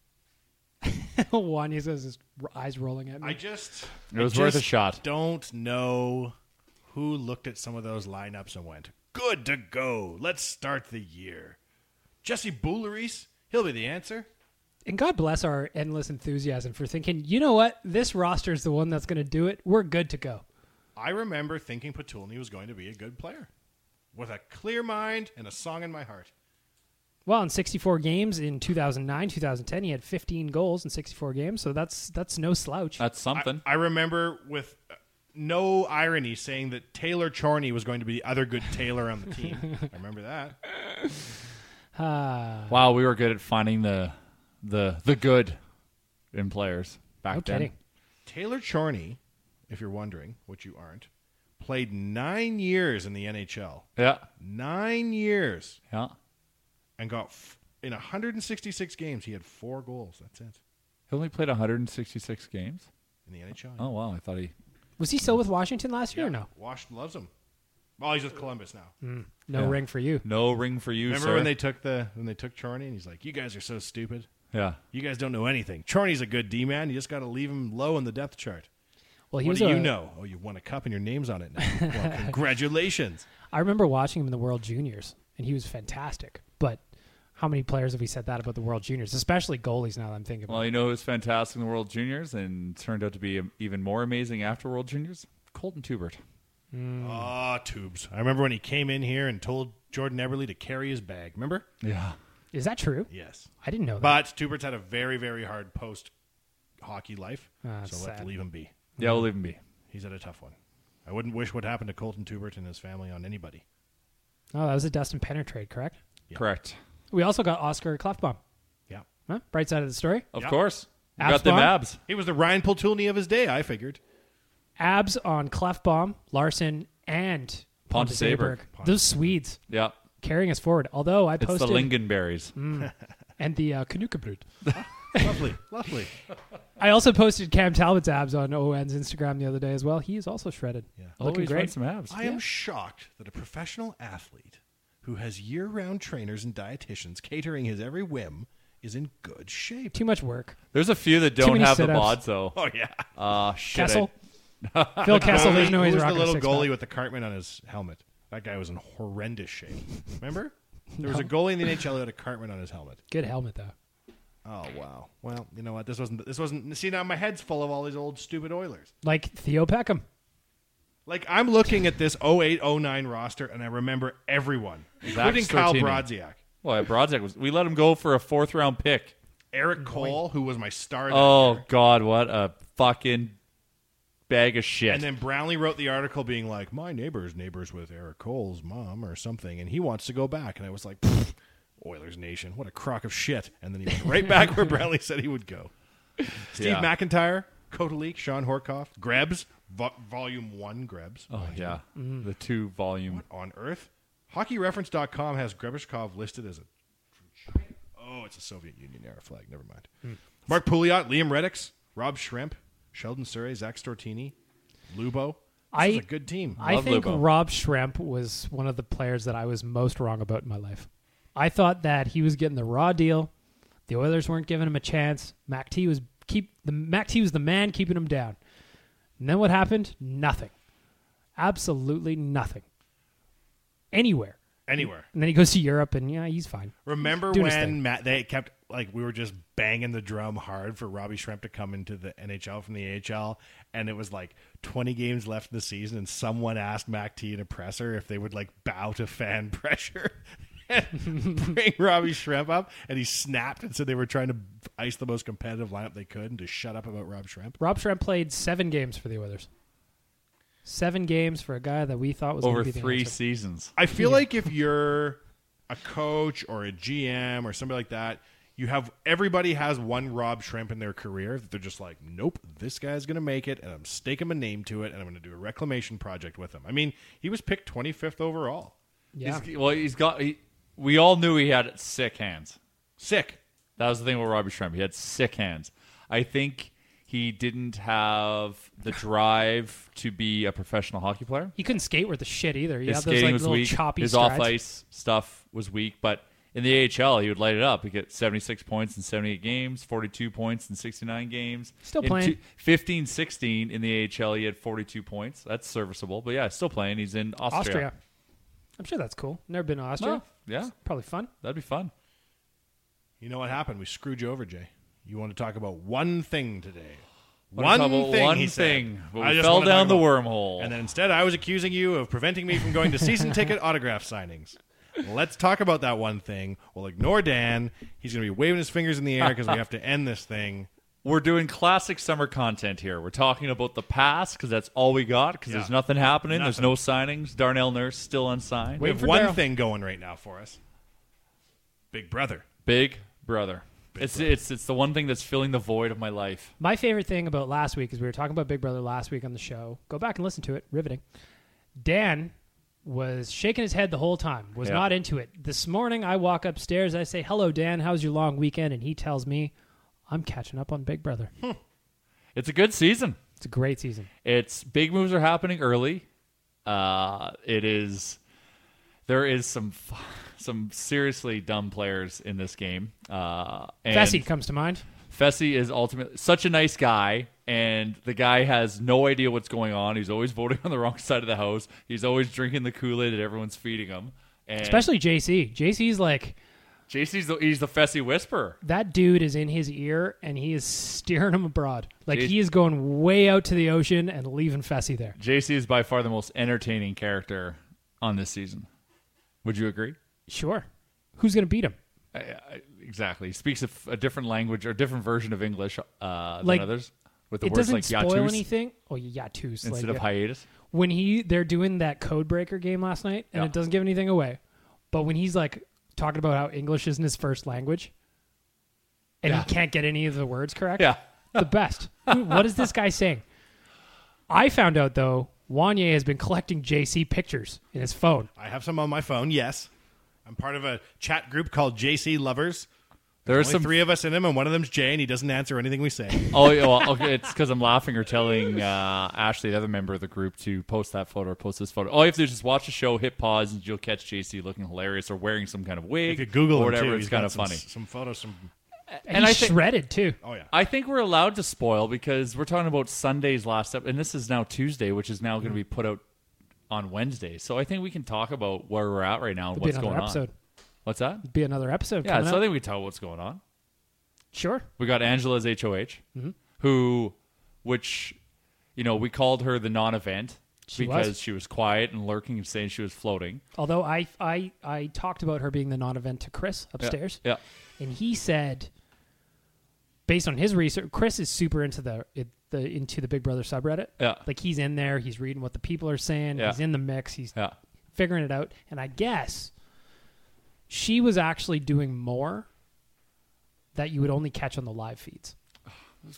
Juan, he says his r- eyes rolling at me.
I just.
It was
I
worth a
just
shot.
Don't know who looked at some of those lineups and went, "Good to go. Let's start the year." Jesse Bouleries. He'll be the answer.
and God bless our endless enthusiasm for thinking, you know what? This roster is the one that's going to do it. We're good to go.
I remember thinking Petulni was going to be a good player, with a clear mind and a song in my heart.
Well, in 64 games in 2009, 2010, he had 15 goals in 64 games, so that's that's no slouch.
That's something.
I remember with uh, no irony saying that Taylor Chorney was going to be the other good Taylor on the team. I remember that.
wow, we were good at finding the the the good in players back
no
then.
kidding.
Taylor Chorney, if you're wondering, which you aren't, played nine years in the NHL.
Yeah,
Nine years
yeah.
and got f- in 166 games. He had four goals. That's it
He only played 166 games.
in the NHL.
Oh wow, I thought he.
Was he still with Washington last year or no?
Washington loves him. Well, he's with Columbus now.
No
Yeah.
ring for you.
No ring for you,
Remember
sir.
when they took the when they took Chorney and he's like, "You guys are so stupid.
Yeah,
You guys don't know anything." Chorney's a good D man. You just got to leave him low in the depth chart.
Well, he
What
was
do
a-
you know? Oh, you won a cup and your name's on it now. Well, congratulations.
I remember watching him in the World Juniors, and he was fantastic. But how many players have we said that about the World Juniors, especially goalies? Now that I'm thinking, about
Well, you know who's fantastic in the World Juniors and turned out to be even more amazing after World Juniors? Colton Tubert.
Ah, tubes. I remember when he came in here and told Jordan Eberle to carry his bag. Remember?
Yeah.
it. is that true?
Yes.
I didn't know that.
But Tubert's had a very, very hard post hockey life.
Ah,
so
that's
let's
sad.
leave him be.
Yeah, we'll leave him be.
He's had a tough one. I wouldn't wish what happened to Colton Tubert and his family on anybody.
oh, that was a Dustin Penner trade, correct?
Correct.
We also got Oscar Clefbaum.
Yeah.
Huh? Bright side of the story.
Of
Yeah.
course. We
Abs
got them
bomb?
abs.
He was the Ryan Pultulny of his day, I figured.
Abs on Clefbaum, Larson, and Pontus
Pontus Aberg.
Aberg. Those Swedes
Yeah.
carrying us forward. Although I
It's
posted
the Lingonberries.
and the uh, Kanukabrut.
lovely, lovely.
I also posted Cam Talbot's abs on ON's Instagram the other day as well. He is also shredded. Yeah.
Look,
Looking
he's got
great.
some abs.
I am shocked that a professional athlete who has year round trainers and dietitians catering his every whim is in good shape.
Too much work.
There's a few that
Too
don't
many
have the
sit-ups.
bod, though.
Oh, yeah.
Uh, shit. I-
Kessel. Phil Kessel, there's no way he's
Who was the
rocking a
little
six-pack.
goalie with the Cartman on his helmet? That guy was in horrendous shape. Remember? There was a goalie in the NHL who had a Cartman on his helmet.
Good helmet though.
Oh wow. Well, you know what? This wasn't. This wasn't. See now, my head's full of all these old stupid Oilers.
Like Theo Peckham.
Like I'm looking at this 08 09 roster, and I remember everyone, including Kyle
Sortini.
Brodziak,
Well, yeah, Brodziak was. We let him go for a fourth round pick.
Eric Cole, who was my star. that
Oh,
year.
God. What a fucking bag of shit.
And then Brownlee wrote the article being like, "My neighbor's neighbors with Eric Cole's mom or something, and he wants to go back." And I was like, "Pfft, "Oilers Nation, what a crock of shit!" And then he went right back where Brownlee said he would go. Steve
Yeah.
McIntyre, Kotalik, Sean Horkoff, Grebs, vo- Volume One Grebs.
oh, yeah. The two volume.
What on earth? HockeyReference.com has Grebishkov listed as a. Oh, it's a Soviet Union era flag. Never mind.
Hmm.
Mark Pouliot, Liam Reddix, Rob Shrimp, Sheldon Surrey, Zach Stortini, Lubo. This
I-
is a good team.
I
Love
think
Lubo.
Rob Shrimp was one of the players that I was most wrong about in my life. I thought that he was getting the raw deal. The Oilers weren't giving him a chance. Mac T was keep the Mac T was the man keeping him down. And then what happened? Nothing. Absolutely nothing. Anywhere.
Anywhere.
And then he goes to Europe, and yeah, he's fine.
Remember
Doing his
when
thing.
Matt, they kept like we were just banging the drum hard for Robbie Shrimp to come into the NHL from the AHL, and it was like 20 games left in the season, and someone asked Mac T and Oppressor if they would like bow to fan pressure. and bring Robbie Shrimp up, and he snapped and said they were trying to ice the most competitive lineup they could, and to shut up about Rob Shrimp.
Rob Shrimp played seven games for the Oilers. Seven games for a guy that we thought was
over
gonna be the
three
answer.
seasons.
I feel like if you're a coach or a GM or somebody like that, you have everybody has one Rob Shrimp in their career that they're just like, nope, this guy's going to make it, and I'm staking a name to it, and I'm going to do a reclamation project with him. I mean, he was picked 25th overall.
Yeah.
He's, well, he's got. He, we all knew he had sick hands.
Sick.
That was the thing with Robbie Shrimp. He had sick hands. I think he didn't have the drive to be a professional hockey player.
He couldn't skate worth a shit either. He
His
had those
skating
like
was
little
weak.
choppy
His
strides.
off ice stuff was weak, but in the AHL, he would light it up. He get 76 points in 78 games, 42 points in 69 games.
Still
In
playing.
two- 15 16 in the AHL, he had 42 points. That's serviceable, but yeah, still playing. He's in Austria.
Austria. I'm sure that's cool. Never been to Austria.
Well, yeah,
Probably fun.
that'd be fun.
You know what happened? We screwed you over, Jay. You want to talk about one thing today.
Wanna
One
talk about
thing,
one
he said.
thing, but we
I just
fell
wanna talk
down the
about-
wormhole.
And then instead, I was accusing you of preventing me from going to season ticket autograph signings. Let's talk about that one thing. We'll ignore Dan. He's going to be waving his fingers in the air because we have to end this thing.
We're doing classic summer content here. We're talking about the past because that's all we got because
Yeah.
there's nothing happening. There's no signings. Darnell Nurse still unsigned.
We have
for
one
Daryl.
thing going right now for us Big Brother.
Big Brother. it's it's it's the one thing that's filling the void of my life.
My favorite thing about last week is we were talking about Big Brother last week on the show. Go back and listen to it. Riveting. Dan was shaking his head the whole time, was
Yeah.
not into it. This morning I walk upstairs, I say, Hello, Dan, how's your long weekend? And he tells me, I'm catching up on Big Brother.
Hmm. It's a good season.
it's a great season.
It's big moves are happening early. Uh, it is there is some f- some seriously dumb players in this game. Uh, and
Bessie comes to mind.
Fessy is ultimately such a nice guy, and the guy has no idea what's going on. He's always voting on the wrong side of the house. He's always drinking the Kool Aid that everyone's feeding him. And
Especially JC. JC's like
JC's the, he's the Fessy whisperer.
that dude is in his ear and he is steering him abroad. Like
Jeez.
he is going way out to the ocean and leaving Fessy there.
JC is by far the most entertaining character on this season. Would you agree?
Sure. Who's going to beat him?
I, I, exactly. He speaks a, f- a different language or different version of English uh,
Like,
than others with the
it
words
doesn't
like
spoil
yatus
anything. Oh, yeah, yatus.
instead
like,
of hiatus.
when he they're doing that code breaker game last night and
Yeah.
it doesn't give anything away but when he's like talking about how english isn't his first language and he can't get any of the words correct
Yeah.
the best Who- what is this guy saying i found out though wanye has been collecting jc pictures in his phone
I have some on my phone, yes. I'm part of a chat group called JC Lovers.
There are
There's only
some
three of us in him, and one of them's Jay, and he doesn't answer anything we say.
oh, yeah, well, okay, it's because I'm laughing or telling uh, Ashley, the other member of the group, to post that photo or post this photo. All you have to do is just watch the show, hit pause, and you'll catch JC looking hilarious or wearing some kind of wig.
If you Google
or
him,
whatever,
too,
it's
he's got
kind of
some-
funny.
Some photos, some
and,
And I
he's
think-
shredded too
oh yeah,
I think we're allowed to spoil because we're talking about Sunday's last up, and this is now Tuesday, which is now going to
Mm-hmm.
be put out on Wednesday. So I think we can talk about where we're at right now and
There'll be
what's
another
going
episode.
on. What's that?
be another episode
Yeah,
coming
so I
up.
think we can tell what's going on.
sure
We got Angela's HOH,
Mm-hmm.
who, which, you know, we called her the non-event
She
because
was.
she was quiet and lurking and saying she was floating
although i i i talked about her being the non-event to chris upstairs
Yeah,
and he said based on his research chris is super into the it, the into the big brother subreddit
Yeah.
like he's in there he's reading what the people are saying
Yeah.
he's in the mix he's
yeah,
figuring it out and i guess she was actually doing more that you would only catch on the live feeds
yeah.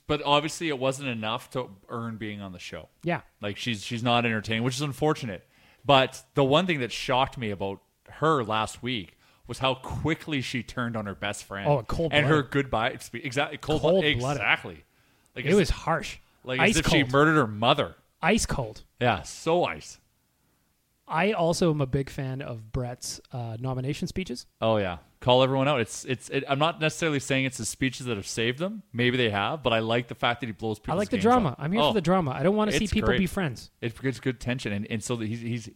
But obviously, it wasn't enough to earn being on the show.
yeah
Like she's she's not entertaining, which is unfortunate. But the one thing that shocked me about her last week was how quickly she turned on her best friend.
Oh, cold
and her
blooded.
goodbye exactly cold,
Cold-blooded.
exactly. Like
it
as-
was harsh
like
ice
as if
cold
she murdered her mother.
ice cold
Yeah, so ice.
i also am a big fan of brett's uh, nomination speeches
Oh yeah, call everyone out. It's it's. It, I'm not necessarily saying it's the speeches that have saved them. Maybe they have, but I like the fact that he blows people.
i like the drama i'm
Oh.
here for the drama i don't want to see
it's
people
great.
be friends
It creates good tension, and and so that he's he's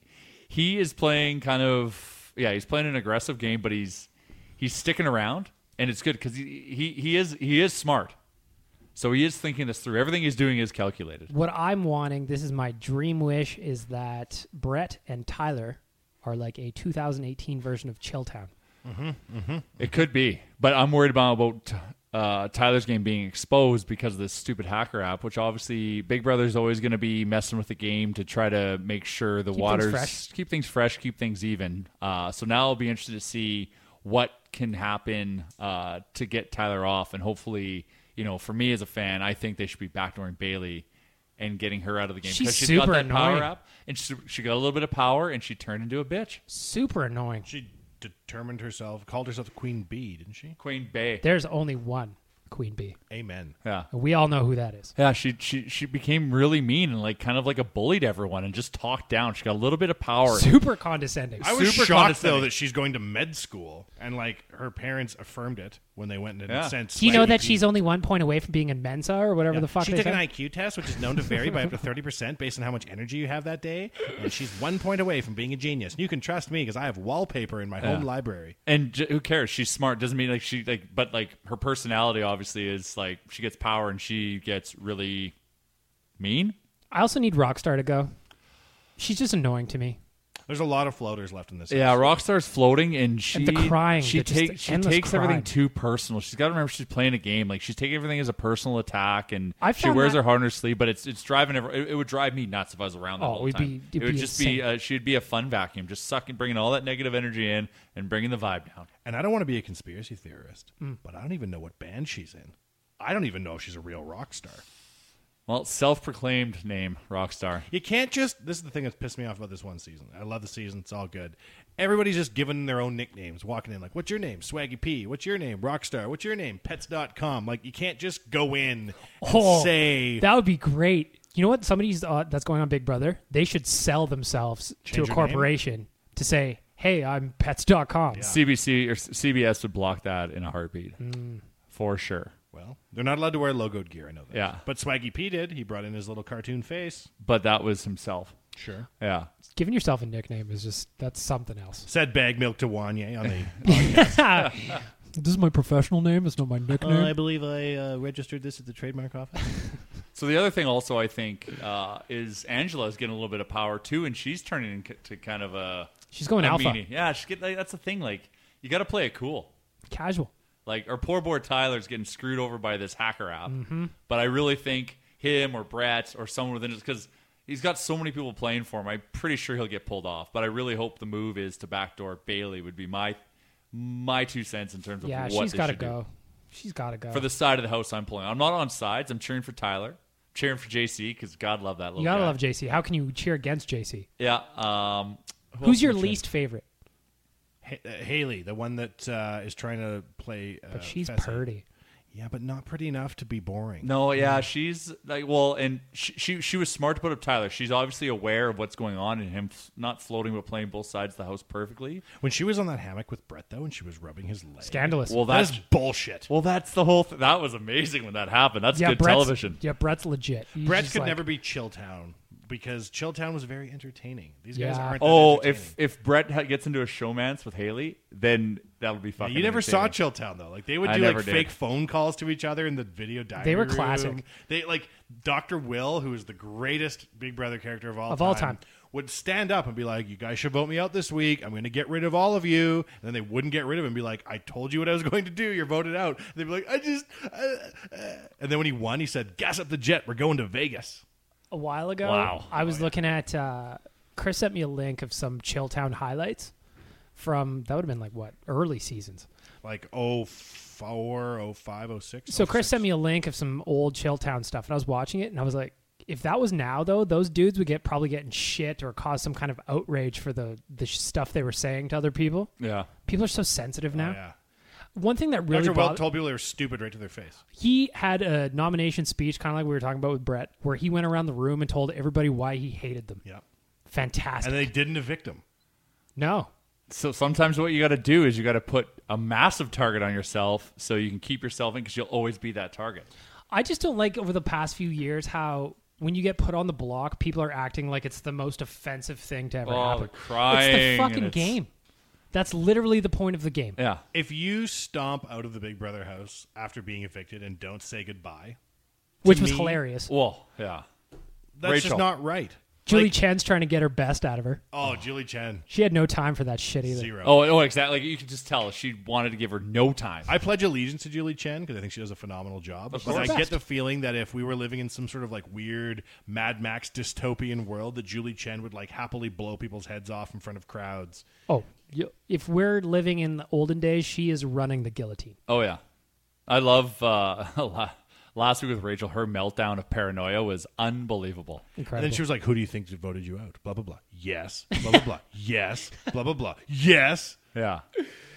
he is playing kind of yeah, he's playing an aggressive game, but he's he's sticking around, and it's good because he, he he is he is smart, so he is thinking this through. Everything he's doing is calculated.
What I'm wanting, this is my dream wish, is that Brett and Tyler are like a 2018 version of Chilltown.
It could be, but I'm worried about about uh, Tyler's game being exposed because of this stupid hacker app, which obviously Big Brother's always going to be messing with the game to try to make sure the
Keep things
waters
fresh.
keep things fresh, keep things even. Uh, so now I'll be interested to see what can happen uh, to get Tyler off, and hopefully, you know, for me as a fan, I think they should be backdooring Bailey and getting her out of the game
She's
she's
super
got that power
annoying.
up, and she, she got a little bit of power, and she turned into a bitch.
Super annoying.
She determined herself, called herself the Queen Bee, didn't she?
Queen Bay.
There's only one Queen Bee.
Amen.
Yeah.
And We all know who that is.
Yeah, she she she became really mean and like kind of like a bully to everyone and just talked down. She got a little bit of power.
Super condescending.
I was
Super
shocked though
condescending.
that she's going to med school, and like her parents affirmed it when they went and
Yeah.
sent.
Do you know
like,
that she's only one point away from being in Mensa or whatever the fuck
she
they
took
said?
an IQ test, which is known to vary by up to thirty percent based on how much energy you have that day, and she's one point away from being a genius. And you can trust me because I have wallpaper in my home library.
and j- who cares? She's smart. Doesn't mean like she like, but like her personality obviously is like she gets power and she gets really mean.
I also need Rockstar to go. She's just annoying to me.
There's a lot of floaters left in this.
Yeah, Rockstar's floating and she
And the crying,
She
the just
takes she
endless
takes everything
crying.
too personal. She's got to remember she's playing a game. Like she's taking everything as a personal attack, and
I
she
found
wears
that-
her heart on her sleeve. But it's it's driving. Every, it, it would drive me nuts if I was around. That
Oh,
whole
we'd
time.
be- it'd
it would
be
just be.
insane.
Uh, she'd be a fun vacuum, just sucking, bringing all that negative energy in and bringing the vibe down.
and I don't want to be a conspiracy theorist, but I don't even know what band she's in. I don't even know if she's a real rock star.
Well, self-proclaimed name Rockstar.
You can't just. This is the thing that's pissed me off about this one season. I love the season. It's all good. Everybody's just giving their own nicknames, walking in like, what's your name? Swaggy P. What's your name? Rockstar. What's your name? Pets.com. Like, you can't just go in and
Oh,
say.
that would be great. You know what? Somebody's uh, that's going on Big Brother. They should sell themselves to
Change
a
your name?
corporation to say, "Hey, I'm Pets.com."
CBC or CBS would block that in a heartbeat,
Mm.
for sure.
well, they're not allowed to wear logoed gear. I know that.
Yeah.
But Swaggy P did. He brought in his little cartoon face.
But that was himself.
Sure.
Yeah.
Giving yourself a nickname is just that's something else.
Said bag milk to Wanye on the
This is my professional name. It's not my nickname.
believe I uh, registered this at the trademark office.
So the other thing, also, I think, uh, is Angela is getting a little bit of power too, and she's turning into kind of a
She's going
a
alpha.
meanie. Yeah, she's getting, like, that's the thing. Like you got to play it cool.
Casual.
Like our poor boy Tyler's getting screwed over by this hacker app,
Mm-hmm.
but I really think him or Brett or someone within it because he's got so many people playing for him. I'm pretty sure he'll get pulled off. But I really hope the move is to backdoor Bailey would be my my two cents in terms of
Yeah,
what
she's
they
got to
should do
go. She's got to go.
for the side of the house I'm pulling. I'm not on sides. I'm cheering for Tyler, cheering for JC because God love that little.
you gotta
guy.
love JC. How can you cheer against JC?
Yeah. Um, who else
Who's your
am I
least favorite?
Ha- uh, Haley, the one that uh, is trying to play. Uh,
But she's
Fezzi.
purdy.
Yeah, but not pretty enough to be boring.
cheering? No, yeah,
Mm.
she's like well, and she, she she was smart to put up Tyler. She's obviously aware of what's going on and him f- not floating but playing both sides of the house perfectly.
When she was on that hammock with Brett, though, and she was rubbing his leg.
Scandalous.
Well,
That
that's
is bullshit.
well, that's the whole. thing. That was amazing when that happened. That's good
Brett's-
television.
Yeah, Brett's legit. He's
Brett
just
could
like-
never be Chilltown because Chilltown was very entertaining. These guys
Yeah.
aren't. that
Oh, if
entertaining.
if Brett ha- gets into a showmance with Haley, then that would be fucking.
you never saw
entertaining.
Chilltown though. Like they would
I
do
never
like
did.
fake phone calls to each other in the video diary.
They were
room.
classic.
They like Doctor Will, who is the greatest Big Brother character of all
Of all time.
would stand up and be like, "You guys should vote me out this week. I'm going to get rid of all of you." And then they wouldn't get rid of him. And be like, "I told you what I was going to do. You're voted out." And they'd be like, "I just." Uh, uh." And then when he won, he said, "Gas up the jet. We're going to Vegas."
a while ago.
Wow.
I was looking at uh, Chris sent me a link of some Chilltown highlights from that would have been like what early seasons.
Like oh four, oh five, oh six.
So Chris sent me a link of some old Chilltown stuff, and I was watching it, and I was like, if that was now though, those dudes would get probably getting shit or cause some kind of outrage for the the sh- stuff they were saying to other people.
Yeah.
People are so sensitive now.
Oh, Yeah.
One thing that really
Dr. Weld
bothered,
told people they were stupid right to their face.
he had a nomination speech, kind of like we were talking about with Brett, where he went around the room and told everybody why he hated them.
Yeah.
Fantastic.
And they didn't evict him.
no,
So sometimes what you got to do is you got to put a massive target on yourself so you can keep yourself in because you'll always be that target.
I just don't like over the past few years how when you get put on the block, people are acting like it's the most offensive thing to ever
Oh,
happen.
the crying
It's
and
the fucking
it's-
game. That's literally the point of the game.
Yeah.
If you stomp out of the Big Brother house after being evicted and don't say goodbye, to
Which was
me,
hilarious.
Well, yeah.
That's
Rachel.
just not right.
Julie
Like-
Chen's trying to get her best out of her.
Oh, Julie Chen,
She had no time for that shit either.
zero.
Oh, oh, exactly. Like, you could just tell she wanted to give her no time.
I pledge allegiance to Julie Chen because I think she does a phenomenal job.
Of
But I
course.
get the feeling that if we were living in some sort of like weird Mad Max dystopian world, that Julie Chen would like happily blow people's heads off in front of crowds.
Oh, you, if we're living in the olden days, she is running the guillotine.
Oh yeah, I love uh, la- last week with Rachel. Her meltdown of paranoia was unbelievable.
Incredible.
And then she was like, "Who do you think voted you out?" Blah blah blah. Yes. Blah blah blah. Yes. Blah blah blah. Yes.
Yeah,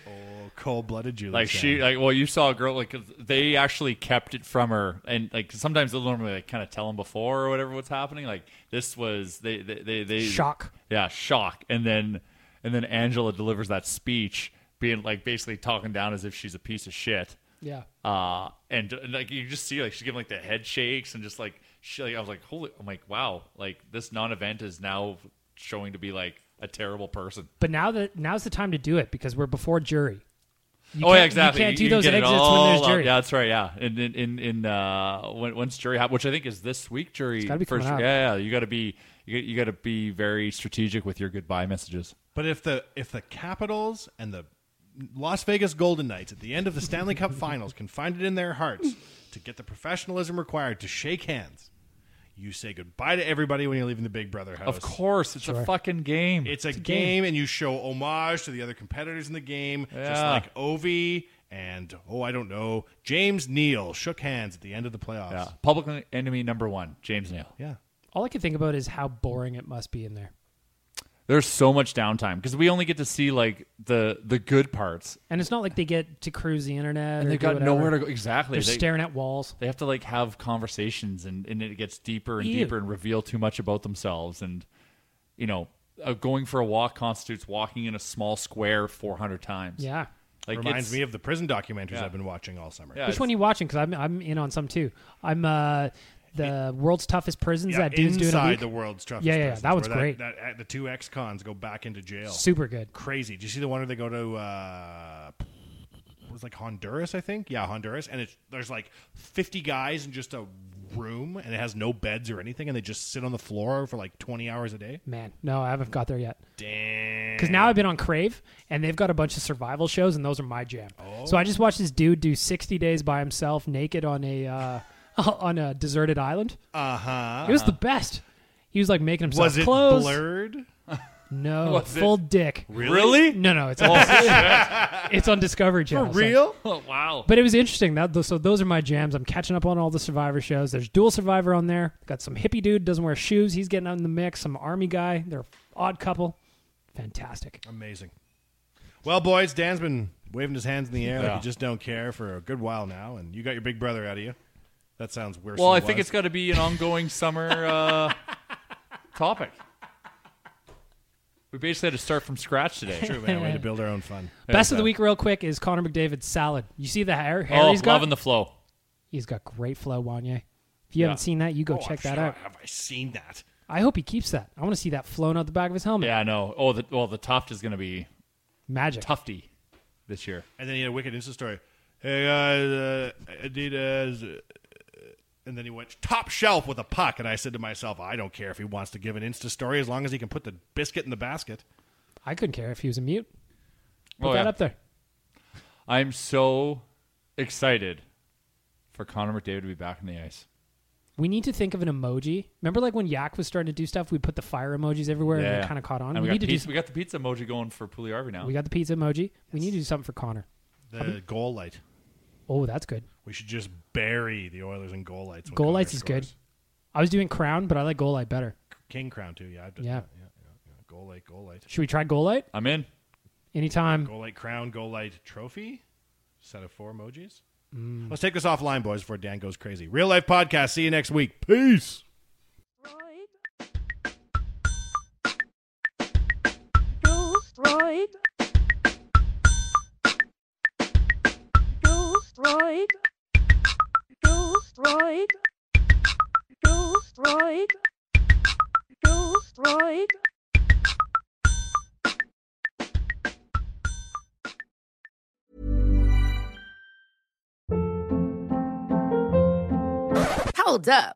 Oh, cold-blooded Julie.
like
Chen.
she, like well, you saw a girl like 'cause they actually kept it from her, and like sometimes they'll normally like kind of tell them before or whatever what's happening. Like this was they they they, they
Shock.
yeah shock, and then and then Angela delivers that speech, being like basically talking down as if she's a piece of shit.
Yeah.
uh and, and, like you just see like she's giving like the head shakes and just like she like i was like holy i'm like wow like this non-event is now showing to be like a terrible person
But now that now's the time to do it because we're before jury. You
oh yeah
can't-
exactly
You can't do
can
those
get it
exits
all
when there's
out.
jury.
yeah that's right yeah and in in, in uh when, once jury hap- which i think is this week jury
gotta be
first
coming out.
yeah, yeah you gotta be you, you gotta be very strategic with your goodbye messages
But if the if the Capitals and the Las Vegas Golden Knights at the end of the Stanley Cup Finals can find it in their hearts to get the professionalism required to shake hands, you say goodbye to everybody when you're leaving the Big Brother house.
of course it's a fucking game
It's a game, and you show homage to the other competitors in the game, just
Yeah.
like Ovi and oh, I don't know, James Neal shook hands at the end of the playoffs.
yeah. public enemy number one james neal
Yeah.
All I can think about is how boring it must be in there.
there's so much downtime because we only get to see like the the good parts
And it's not like they get to cruise the internet.
and
or
they've
do
got
whatever.
nowhere to go. Exactly,
They're
they,
staring at walls.
they have to like have conversations, and and it gets deeper and
Ew.
deeper, and reveal too much about themselves. And you know, uh, going for a walk constitutes walking in a small square 400 times.
Yeah.
like
Reminds
it's-
me of the prison documentaries
Yeah.
I've been watching all summer.
yeah,
Which one are you watching? Because I'm I'm in on some too. I'm uh the world's toughest prisons
Yeah,
that dude's doing a
inside
week.
the world's toughest.
Yeah, yeah, yeah,
prisons,
that was
where
great.
That, that- the two ex cons go back into jail.
Super good.
crazy. Did you see the one where they go to uh it was like Honduras, I think? Yeah, Honduras. And it's there's like fifty guys in just a room and it has no beds or anything and they just sit on the floor for like twenty hours a day.
Man, no, I haven't got there yet.
Damn
Because now I've been on Crave, and they've got a bunch of survival shows, and those are my jam.
Oh.
So I just watched this dude do 60 days by himself, naked on a uh, on a deserted island.
Uh huh.
It was the best. He was like making himself
Was it
clothes.
blurred?
No,
Was it-
full dick.
really?
No, no, it's on, it's on Discovery Channel. so-
Oh, wow.
But it was interesting. That so those are my jams. I'm catching up on all the Survivor shows. There's Dual Survivor on there. Got some hippie dude doesn't wear shoes. He's getting out in the mix. Some army guy. They're an odd couple. Fantastic.
Amazing. Well, boys, Dan's been waving his hands in the air
Yeah.
like he just don't care for a good while now, and you got your big brother out of you. That sounds worse.
well,
than
I
it
think
was.
it's got to be an ongoing summer uh, topic. We basically had to start from scratch today.
true, man. Way to build our own fun.
Best of the week, real quick, is Connor McDavid's salad. You see the hair, hair
Oh,
he's got?
loving the flow.
he's got great flow, Wanye. If you
Yeah. Oh,
haven't seen that, you go check that out.
Oh, Have I seen that?
I hope he keeps that. I want to see that flown out the back of his helmet.
Yeah, I know. Oh, the, well, the tuft is going to be
Magic.
tufty this year.
And then he had a wicked Insta story. Hey guys, uh, Adidas. uh, And then he went top shelf with a puck, and I said to myself, I don't care if he wants to give an Insta story as long as he can put the biscuit in the basket.
I couldn't care if he was a mute. Put
Oh,
that
yeah.
up there.
I'm so excited for Connor McDavid to be back on the ice.
We need to think of an emoji. Remember, like when Yak was starting to do stuff, we put the fire emojis everywhere, and it kind of caught on.
And
we
we, got
need to do.
pizza,
some-
we got the pizza emoji going for Pugliarvi now.
We got the pizza emoji. We need to do something for Connor.
The goal light.
Oh, that's good.
We should just bury the Oilers in goal lights. when
Goal lights
Connor
is good.
scores.
I was doing crown, but I like goal light better.
King crown too. Yeah, I've done
Yeah.
that. yeah, yeah, yeah. Goal light, goal light,
Should we try goal light
I'm in.
anytime?
goal light crown, goal light trophy. Set of four emojis. Let's take this offline, boys, before Dan goes crazy. Real life podcast. See you next week. Peace.
Stride. Go stride. Go stride. Go stride. Go stride. Go stride.
Hold up.